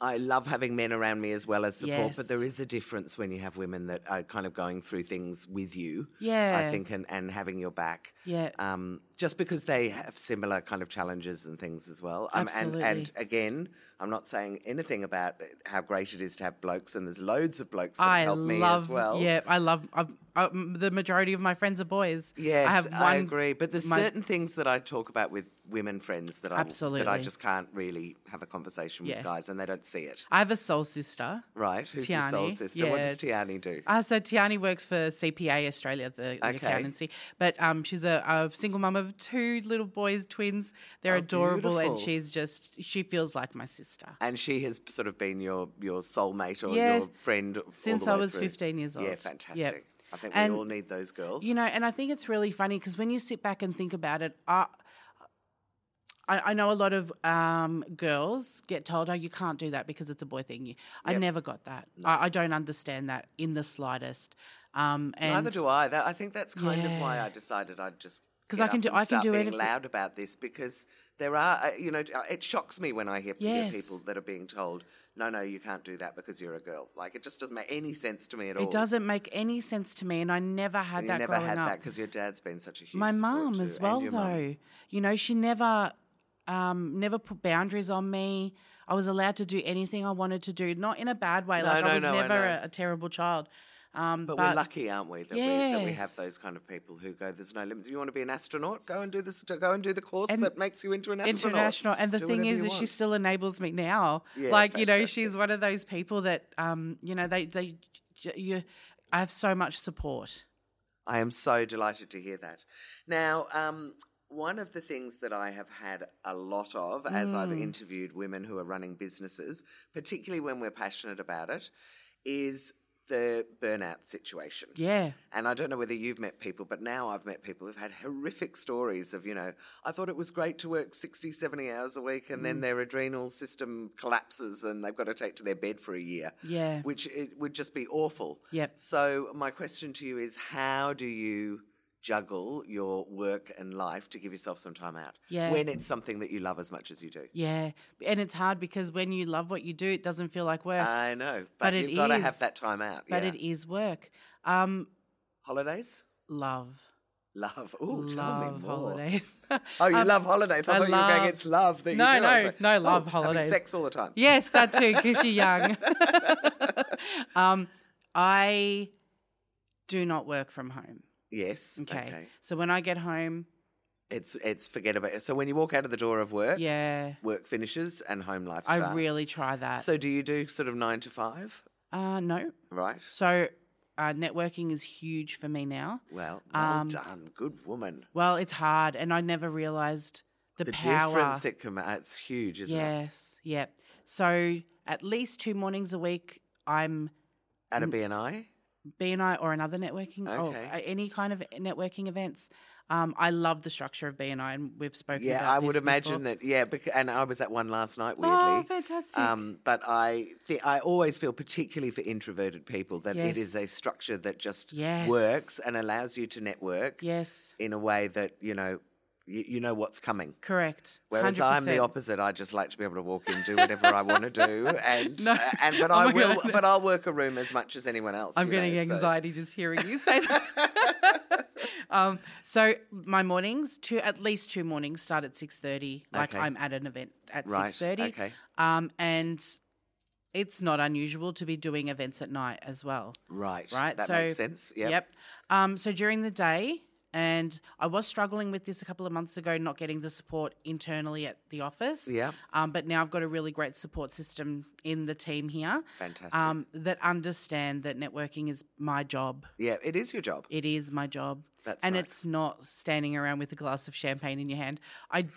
Speaker 1: I love having men around me as well as support,
Speaker 2: Yes.
Speaker 1: but there is a difference when you have women that are kind of going through things with you.
Speaker 2: Yeah.
Speaker 1: I think, and, and having your back.
Speaker 2: Yeah.
Speaker 1: Um, just because they have similar kind of challenges and things as well. Um, and, and
Speaker 2: Absolutely.
Speaker 1: again, I'm not saying anything about how great it is to have blokes, and there's loads of blokes that
Speaker 2: I
Speaker 1: help
Speaker 2: love,
Speaker 1: me as well.
Speaker 2: yeah, I love. I've, i the majority of my friends are boys.
Speaker 1: Yes,
Speaker 2: I have one.
Speaker 1: agree. But there's
Speaker 2: my-
Speaker 1: certain things that I talk about with women friends that I that I
Speaker 2: Absolutely.
Speaker 1: just can't really have a conversation
Speaker 2: Yeah.
Speaker 1: with guys, and they don't see it.
Speaker 2: I have a soul sister.
Speaker 1: Right? Who's your soul
Speaker 2: Tiani,
Speaker 1: sister? What
Speaker 2: yeah.
Speaker 1: does Tiani do?
Speaker 2: Uh, so Tiani works for CPA Australia, the, the
Speaker 1: Okay.
Speaker 2: accountancy. But um, she's a, a single mum of two little boys, twins. They're
Speaker 1: Oh,
Speaker 2: adorable, and
Speaker 1: beautiful.
Speaker 2: she's just she feels like my sister.
Speaker 1: and she has p- sort of been your your soulmate or
Speaker 2: Yeah,
Speaker 1: your friend all
Speaker 2: since
Speaker 1: the
Speaker 2: I
Speaker 1: way
Speaker 2: was
Speaker 1: through.
Speaker 2: 15 years
Speaker 1: Yeah,
Speaker 2: old.
Speaker 1: fantastic.
Speaker 2: Yep.
Speaker 1: I think we
Speaker 2: And,
Speaker 1: all need those girls.
Speaker 2: You know, and I think it's really funny because when you sit back and think about it, I, I, I know a lot of um, girls get told, "Oh, you can't do that because it's a boy thing." You- I
Speaker 1: Yep.
Speaker 2: never got that. I, I don't understand that in the slightest. Um, and
Speaker 1: Neither do I. That, I think that's kind of why
Speaker 2: Yeah.
Speaker 1: I decided I'd just
Speaker 2: 'Cause
Speaker 1: get
Speaker 2: I can
Speaker 1: up
Speaker 2: do-
Speaker 1: and
Speaker 2: I can
Speaker 1: start
Speaker 2: do
Speaker 1: being
Speaker 2: anything.
Speaker 1: loud about this because there are uh, you know uh, it shocks me when I hear, hear
Speaker 2: Yes.
Speaker 1: people that are being told no no you can't do that because you're a girl like it just doesn't make any sense to me at all.
Speaker 2: It doesn't make any sense to me, and I never had
Speaker 1: And you
Speaker 2: that
Speaker 1: never
Speaker 2: growing
Speaker 1: had
Speaker 2: up.
Speaker 1: that because your dad's been such a huge
Speaker 2: my
Speaker 1: support
Speaker 2: mum
Speaker 1: too,
Speaker 2: as
Speaker 1: and
Speaker 2: well
Speaker 1: your
Speaker 2: though
Speaker 1: mum.
Speaker 2: you know she never um never put boundaries on me i was allowed to do anything i wanted to do not in a bad way
Speaker 1: No,
Speaker 2: like i
Speaker 1: no,
Speaker 2: was
Speaker 1: no, I
Speaker 2: never
Speaker 1: know.
Speaker 2: a, a terrible child um
Speaker 1: But,
Speaker 2: but,
Speaker 1: we're lucky, aren't we, that, we, that we have
Speaker 2: Yes.
Speaker 1: those kind of people who go, "There's no limits. You want to be an astronaut? Go and do this. Go and do the course
Speaker 2: And
Speaker 1: that makes you into an astronaut."
Speaker 2: international and the
Speaker 1: Do
Speaker 2: thing
Speaker 1: whatever
Speaker 2: is
Speaker 1: you
Speaker 2: that she
Speaker 1: want."
Speaker 2: still enables me now
Speaker 1: Yeah,
Speaker 2: like you know she's
Speaker 1: fantastic.
Speaker 2: one of those people that um you know they they j- you i have so much support
Speaker 1: I am so delighted to hear that. Now, um, one of the things that I have had a lot of as
Speaker 2: Mm.
Speaker 1: I've interviewed women who are running businesses, particularly when we're passionate about it, is the burnout situation.
Speaker 2: yeah
Speaker 1: And I don't know whether you've met people, but now I've met people who've had horrific stories of, you know, I thought it was great to work 60, 70 hours a week, and
Speaker 2: Mm.
Speaker 1: then their adrenal system collapses and they've got to take to their bed for a year.
Speaker 2: Yeah.
Speaker 1: Which it would just be awful.
Speaker 2: Yep.
Speaker 1: So, my question to you is how do you juggle your work and life to give yourself some time out
Speaker 2: Yeah.
Speaker 1: when it's something that you love as much as you do?
Speaker 2: yeah and it's hard because when you love what you do it doesn't feel like work
Speaker 1: I know, but,
Speaker 2: But it
Speaker 1: you've got to have
Speaker 2: is.
Speaker 1: that time out. Uh,
Speaker 2: but
Speaker 1: yeah.
Speaker 2: it is work um
Speaker 1: Holidays?
Speaker 2: love
Speaker 1: Love. Ooh, tell me
Speaker 2: love
Speaker 1: more.
Speaker 2: holidays.
Speaker 1: Oh, you
Speaker 2: Um,
Speaker 1: love holidays. I,
Speaker 2: I
Speaker 1: thought you were
Speaker 2: love-
Speaker 1: going, it's love. That you
Speaker 2: No,
Speaker 1: do. I was
Speaker 2: no,
Speaker 1: like,
Speaker 2: no,
Speaker 1: "Oh,
Speaker 2: love
Speaker 1: having
Speaker 2: holidays."
Speaker 1: sex all the time.
Speaker 2: Yes, that too, because you're young. um, I do not work from home.
Speaker 1: Yes.
Speaker 2: Okay. So when I get home,
Speaker 1: It's it's forget about it. So when you walk out of the door of work,
Speaker 2: yeah,
Speaker 1: work finishes and home life starts.
Speaker 2: I really try that.
Speaker 1: So do you do sort of nine to five?
Speaker 2: uh, no.
Speaker 1: Right.
Speaker 2: So uh, networking is huge for me now.
Speaker 1: Well, well
Speaker 2: Um,
Speaker 1: done, good woman.
Speaker 2: Well, it's hard, and I never realized the,
Speaker 1: The
Speaker 2: power.
Speaker 1: difference it can make. It's huge, isn't it?
Speaker 2: yes. Yep. So at least two mornings a week, I'm
Speaker 1: At a BNI.
Speaker 2: BNI or another networking or
Speaker 1: Okay.
Speaker 2: uh, any kind of networking events. Um, I love the structure of BNI, and we've spoken.
Speaker 1: Yeah,
Speaker 2: about
Speaker 1: I would
Speaker 2: this
Speaker 1: imagine
Speaker 2: before.
Speaker 1: that. Yeah, bec- and I was at one last night. Weirdly,
Speaker 2: Oh, fantastic!
Speaker 1: Um, but I, th- I always feel, particularly for introverted people, that
Speaker 2: Yes.
Speaker 1: it is a structure that just
Speaker 2: Yes.
Speaker 1: works and allows you to network
Speaker 2: yes,
Speaker 1: in a way that you know, you, you know what's coming.
Speaker 2: correct.
Speaker 1: Whereas i am the
Speaker 2: 100%.
Speaker 1: opposite. I just like to be able to walk in, do whatever I want to do, and
Speaker 2: No.
Speaker 1: uh, and but
Speaker 2: Oh
Speaker 1: I
Speaker 2: my
Speaker 1: will,
Speaker 2: God.
Speaker 1: but I'll work a room as much as anyone else.
Speaker 2: I'm
Speaker 1: you know,
Speaker 2: getting
Speaker 1: so-
Speaker 2: anxiety just hearing you say that. um, so my mornings, two at least two mornings, start at six thirty. Like
Speaker 1: Okay.
Speaker 2: I'm at an event at
Speaker 1: Right,
Speaker 2: six thirty.
Speaker 1: okay.
Speaker 2: Um, and it's not unusual to be doing events at night as well.
Speaker 1: Right.
Speaker 2: Right,
Speaker 1: That
Speaker 2: so-
Speaker 1: makes sense. Yep.
Speaker 2: Um, so during the day, and I was struggling with this a couple of months ago, not getting the support internally at the office.
Speaker 1: Yep.
Speaker 2: Um, but now I've got a really great support system in the team here.
Speaker 1: Fantastic.
Speaker 2: Um, that understand that networking is my job.
Speaker 1: yeah, it is your job.
Speaker 2: It is my job.
Speaker 1: That's
Speaker 2: and
Speaker 1: right.
Speaker 2: it's not standing around with a glass of champagne in your hand. I
Speaker 1: And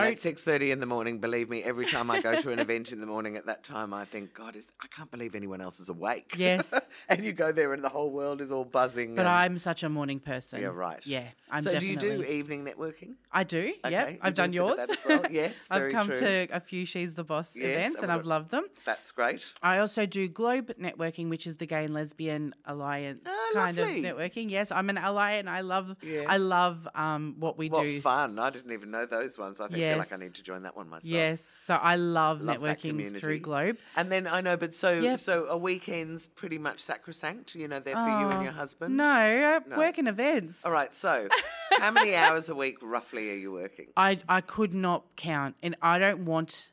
Speaker 2: don't
Speaker 1: at six thirty in the morning, believe me, every time I go to an event in the morning at that time, I think, God, is I can't believe anyone else is awake.
Speaker 2: Yes.
Speaker 1: and you go there, and the whole world is all buzzing.
Speaker 2: But
Speaker 1: and-
Speaker 2: I'm such a morning person.
Speaker 1: Yeah, um, right.
Speaker 2: Yeah, I'm
Speaker 1: so
Speaker 2: definitely.
Speaker 1: do you do evening networking?
Speaker 2: I do.
Speaker 1: Okay,
Speaker 2: Yep,
Speaker 1: you
Speaker 2: I've
Speaker 1: do a
Speaker 2: done
Speaker 1: bit of
Speaker 2: yours.
Speaker 1: that as well. Yes,
Speaker 2: I've
Speaker 1: very
Speaker 2: come
Speaker 1: true.
Speaker 2: to a few She's the Boss
Speaker 1: Yes, and
Speaker 2: events, and
Speaker 1: we've
Speaker 2: I've
Speaker 1: got-
Speaker 2: loved them.
Speaker 1: That's great.
Speaker 2: I also do Globe Networking, which is the Gay and Lesbian Alliance
Speaker 1: Ah,
Speaker 2: kind
Speaker 1: lovely.
Speaker 2: of networking. Yes, I'm an ally, and I love.
Speaker 1: Yes.
Speaker 2: I love um, what we
Speaker 1: What
Speaker 2: do.
Speaker 1: fun! I didn't even know those ones. I think feel like I
Speaker 2: Yes.
Speaker 1: need to join that one myself.
Speaker 2: Yes, so I love,
Speaker 1: Love that
Speaker 2: networking
Speaker 1: community.
Speaker 2: through Globe.
Speaker 1: And then I know, but so
Speaker 2: Yep.
Speaker 1: so a weekend's pretty much sacrosanct. You know, they're for you and
Speaker 2: Oh,
Speaker 1: your husband.
Speaker 2: No, I
Speaker 1: No.
Speaker 2: work in events.
Speaker 1: All right. So, how many hours a week roughly are you working?
Speaker 2: I I could not count, and I don't want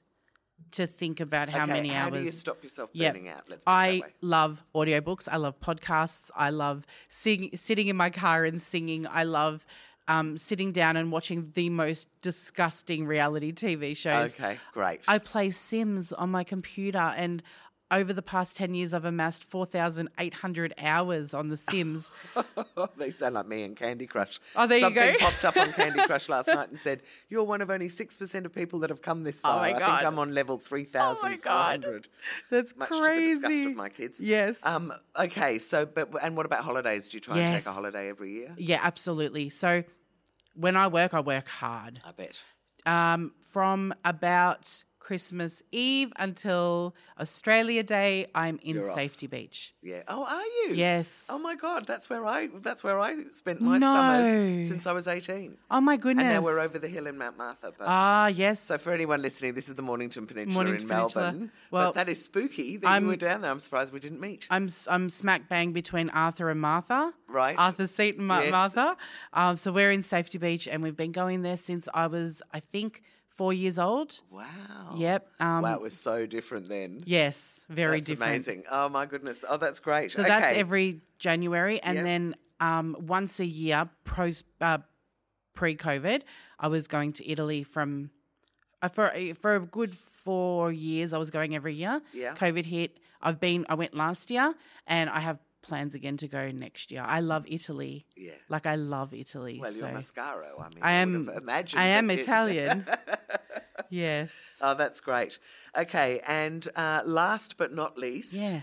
Speaker 2: to think about how
Speaker 1: okay,
Speaker 2: many
Speaker 1: how
Speaker 2: hours.
Speaker 1: do you stop yourself
Speaker 2: Yep.
Speaker 1: burning out? Let's put it
Speaker 2: I
Speaker 1: that way.
Speaker 2: love audiobooks. I love podcasts. I love sing, sitting in my car and singing. I love um, sitting down and watching the most disgusting reality TV shows.
Speaker 1: Okay, great.
Speaker 2: I play Sims on my computer and over the past 10 years I've amassed 4,800 hours on the Sims.
Speaker 1: they sound like me and Candy Crush.
Speaker 2: Oh, there you
Speaker 1: Something
Speaker 2: go.
Speaker 1: popped up on Candy Crush last night and said, "You're one of only six percent of people that have come this far."
Speaker 2: Oh, my
Speaker 1: I
Speaker 2: God.
Speaker 1: think I'm on level three thousand four hundred.
Speaker 2: That's
Speaker 1: Much
Speaker 2: crazy.
Speaker 1: to the disgust of my kids.
Speaker 2: Yes.
Speaker 1: Um, okay. So, but and what about holidays? Do you try and take a
Speaker 2: Yes.
Speaker 1: holiday every year?
Speaker 2: yeah, absolutely. So when I work I work hard.
Speaker 1: I bet.
Speaker 2: um, from about Christmas Eve until Australia Day, I'm in
Speaker 1: You're off.
Speaker 2: Safety Beach.
Speaker 1: Yeah. Oh, are you?
Speaker 2: Yes.
Speaker 1: Oh my God, that's where I that's where I spent my
Speaker 2: No.
Speaker 1: summers since I was eighteen.
Speaker 2: Oh my goodness.
Speaker 1: And now we're over the hill in Mount Martha. But
Speaker 2: Ah, yes.
Speaker 1: So for anyone listening, this is the Mornington Peninsula
Speaker 2: Mornington
Speaker 1: in
Speaker 2: Peninsula.
Speaker 1: Melbourne.
Speaker 2: Well,
Speaker 1: but that is spooky that
Speaker 2: I'm-
Speaker 1: you were down there. I'm surprised we didn't meet.
Speaker 2: I'm s- I'm smack bang between Arthur and Martha.
Speaker 1: Right.
Speaker 2: Arthur's seat and Ma-
Speaker 1: Yes.
Speaker 2: Martha. Um, so we're in Safety Beach, and we've been going there since I was, I think, four years old.
Speaker 1: wow.
Speaker 2: Yep. Um,
Speaker 1: wow, it was so different then.
Speaker 2: Yes. Very
Speaker 1: that's
Speaker 2: different.
Speaker 1: amazing. Oh my goodness. Oh, that's great.
Speaker 2: So that's
Speaker 1: Okay.
Speaker 2: every January, and
Speaker 1: Yep.
Speaker 2: then um, once a year, pros, uh, pre-COVID, I was going to Italy from uh, for for a good four years. I was going every year.
Speaker 1: Yeah.
Speaker 2: COVID hit. I've been. I went last year, and I have plans again to go next year. I love Italy.
Speaker 1: Yeah.
Speaker 2: Like I love Italy.
Speaker 1: Well,
Speaker 2: so
Speaker 1: you're Mascaro. I mean,
Speaker 2: I
Speaker 1: would
Speaker 2: am.
Speaker 1: have imagined
Speaker 2: I
Speaker 1: that
Speaker 2: am
Speaker 1: you-
Speaker 2: Italian. yes.
Speaker 1: Oh, that's great. Okay, and uh, last but not least,
Speaker 2: Yeah.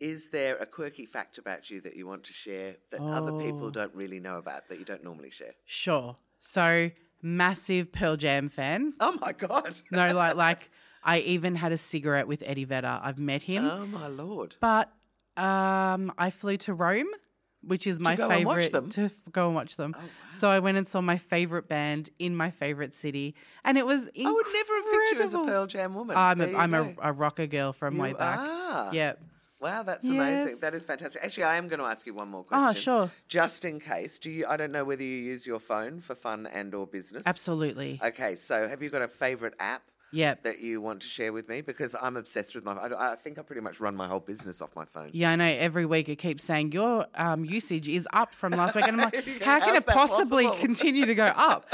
Speaker 1: is there a quirky fact about you that you want to share that other people
Speaker 2: Oh.
Speaker 1: don't really know about that you don't normally share?
Speaker 2: Sure. So massive Pearl Jam fan.
Speaker 1: Oh my god!
Speaker 2: No, like like I even had a cigarette with Eddie Vedder. I've met him,
Speaker 1: Oh my lord!
Speaker 2: but um, I flew to Rome, which is my
Speaker 1: go and watch
Speaker 2: favorite
Speaker 1: them? Oh,
Speaker 2: to f- go and watch them. So I went and saw my favorite band in my favorite city, and it was incredible.
Speaker 1: I would never have pictured you as a Pearl Jam woman.
Speaker 2: I'm
Speaker 1: There
Speaker 2: a,
Speaker 1: you
Speaker 2: I'm a,
Speaker 1: go.
Speaker 2: a rocker girl from way
Speaker 1: You
Speaker 2: back.
Speaker 1: are.
Speaker 2: Yep.
Speaker 1: Wow, that's amazing.
Speaker 2: Yes.
Speaker 1: That is fantastic. Actually, I am going to ask you one more question.
Speaker 2: Oh, sure.
Speaker 1: Just in case, do you? I don't know whether you use your phone for fun and or business.
Speaker 2: Absolutely.
Speaker 1: Okay, so have you got a favorite app?
Speaker 2: Yep.
Speaker 1: That you want to share with me because I'm obsessed with my. I, I think I pretty much run my whole business off my phone.
Speaker 2: Yeah, I know. Every week it keeps saying your um, usage is up from last week, and I'm like, how can
Speaker 1: How's
Speaker 2: it
Speaker 1: that
Speaker 2: possibly
Speaker 1: possible?
Speaker 2: continue to go up?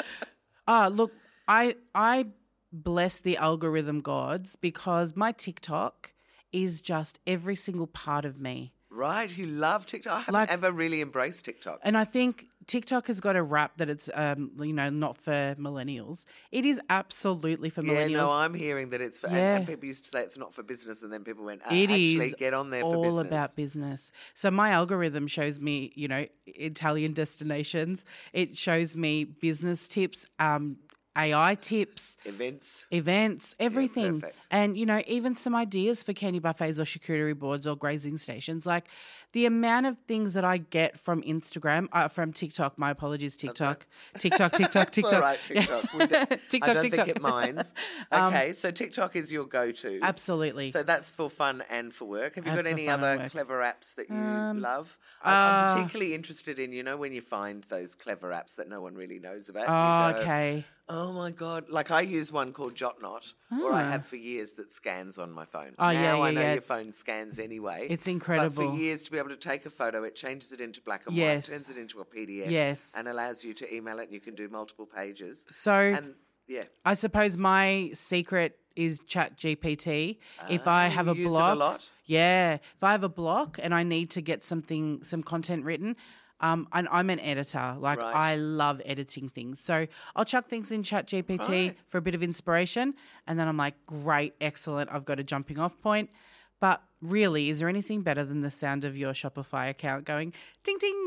Speaker 2: Ah, look, I I bless the algorithm gods because my TikTok is just every single part of me,
Speaker 1: Right, you love TikTok. I haven't
Speaker 2: Like-
Speaker 1: ever really embraced TikTok.
Speaker 2: and I think TikTok has got a rap that it's um, you know not for millennials. It is absolutely for
Speaker 1: Yeah,
Speaker 2: millennials.
Speaker 1: no, I'm hearing that it's for. and- And,
Speaker 2: Yeah.
Speaker 1: people used to say it's not for business, and then people went, oh,
Speaker 2: It is
Speaker 1: actually, get on there for
Speaker 2: all
Speaker 1: business.
Speaker 2: about business. So my algorithm shows me, you know, Italian destinations. It shows me business tips, um, AI tips,
Speaker 1: events.
Speaker 2: events, everything,
Speaker 1: perfect.
Speaker 2: and you know, even some ideas for candy buffets or charcuterie boards or grazing stations. Like the amount of things that I get from Instagram, uh, from TikTok. My apologies, TikTok, TikTok, TikTok,
Speaker 1: It's all
Speaker 2: TikTok,
Speaker 1: right, TikTok. We don't, I
Speaker 2: TikTok,
Speaker 1: don't
Speaker 2: TikTok. Um,
Speaker 1: think it minds. Okay, so TikTok is your go-to.
Speaker 2: Absolutely.
Speaker 1: So that's for fun and for work. Have you
Speaker 2: And
Speaker 1: got
Speaker 2: for
Speaker 1: any
Speaker 2: fun and
Speaker 1: other
Speaker 2: work. Um,
Speaker 1: clever apps that you love? I'm, I'm
Speaker 2: uh,
Speaker 1: particularly interested in, you know, when you find those clever apps that no one really knows about.
Speaker 2: oh,
Speaker 1: and you go,
Speaker 2: okay.
Speaker 1: Oh my god! Like I use one called JotNot, or I have for years that scans on my phone.
Speaker 2: Ah. Oh,
Speaker 1: now
Speaker 2: yeah,
Speaker 1: I
Speaker 2: yeah,
Speaker 1: know
Speaker 2: yeah.
Speaker 1: your phone scans anyway.
Speaker 2: It's
Speaker 1: But
Speaker 2: incredible.
Speaker 1: for years to be able to take a photo, it changes it into black and
Speaker 2: Yes.
Speaker 1: white, turns it into a PDF,
Speaker 2: Yes.
Speaker 1: and allows you to email it, and you can do multiple pages.
Speaker 2: So
Speaker 1: And yeah,
Speaker 2: I suppose my secret is Chat GPT. if I have
Speaker 1: Ah, you
Speaker 2: a
Speaker 1: use it a
Speaker 2: block,
Speaker 1: lot?
Speaker 2: yeah, if I have a block and I need to get something, some content written, um, and I'm an editor, like
Speaker 1: Right.
Speaker 2: I love editing things, so I'll chuck things in Chat GPT for a bit of inspiration, and then I'm like, great, excellent, I've got a jumping off point. But really, is there anything better than the sound of your Shopify account going ding ding?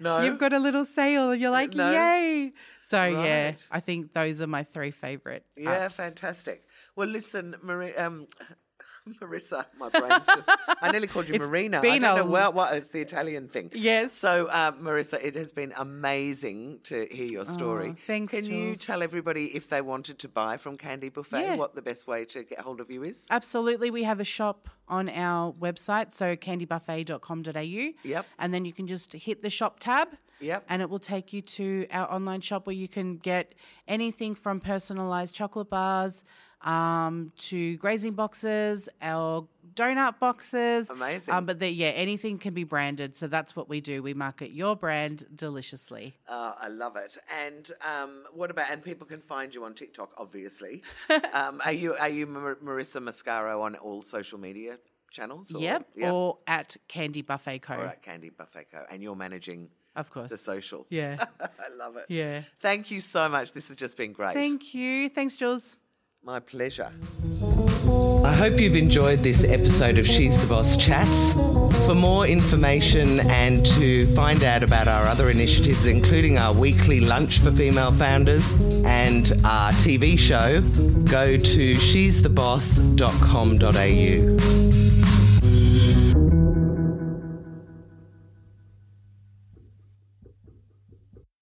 Speaker 1: No.
Speaker 2: You've got a little sale and you're like,
Speaker 1: No.
Speaker 2: yay. So, yeah,
Speaker 1: Right.
Speaker 2: I think those are my three favorite.
Speaker 1: yeah,
Speaker 2: apps.
Speaker 1: fantastic. Well, listen, Mari- um, Marissa, my brain's just—I nearly called you
Speaker 2: It's
Speaker 1: Marina. I
Speaker 2: been
Speaker 1: don't
Speaker 2: a
Speaker 1: know well, what it's the Italian thing.
Speaker 2: Yes.
Speaker 1: So, uh, Marissa, it has been amazing to hear your story.
Speaker 2: Aw, Oh, thanks,
Speaker 1: Can you
Speaker 2: Jules.
Speaker 1: tell everybody if they wanted to buy from Candy Buffet,
Speaker 2: Yeah.
Speaker 1: what the best way to get hold of you is?
Speaker 2: Absolutely. We have a shop on our website, so candybuffet.com.au.
Speaker 1: Yep.
Speaker 2: And then you can just hit the shop tab.
Speaker 1: Yep.
Speaker 2: And it will take you to our online shop where you can get anything from personalized chocolate bars um, to grazing boxes, our donut boxes.
Speaker 1: Amazing.
Speaker 2: Um, but the, yeah, anything can be branded. So that's what we do. We market your brand deliciously.
Speaker 1: Uh, I love it. And um, what about? And people can find you on TikTok, obviously. um, are you are you Mar- Marissa Mascaro on all social media channels? Or,
Speaker 2: Yep.
Speaker 1: Yep.
Speaker 2: Or at Candy Buffet Co.
Speaker 1: All right, Candy Buffet Co. And you're managing
Speaker 2: Of
Speaker 1: the
Speaker 2: course.
Speaker 1: social.
Speaker 2: Yeah.
Speaker 1: I love it.
Speaker 2: Yeah.
Speaker 1: Thank you so much. This has just been great.
Speaker 2: Thank you. Thanks, Jules.
Speaker 1: My pleasure. I hope you've enjoyed this episode of She's the Boss Chats. For more information and to find out about our other initiatives, including our weekly lunch for female founders and our TV show, go to she'stheboss.com.au.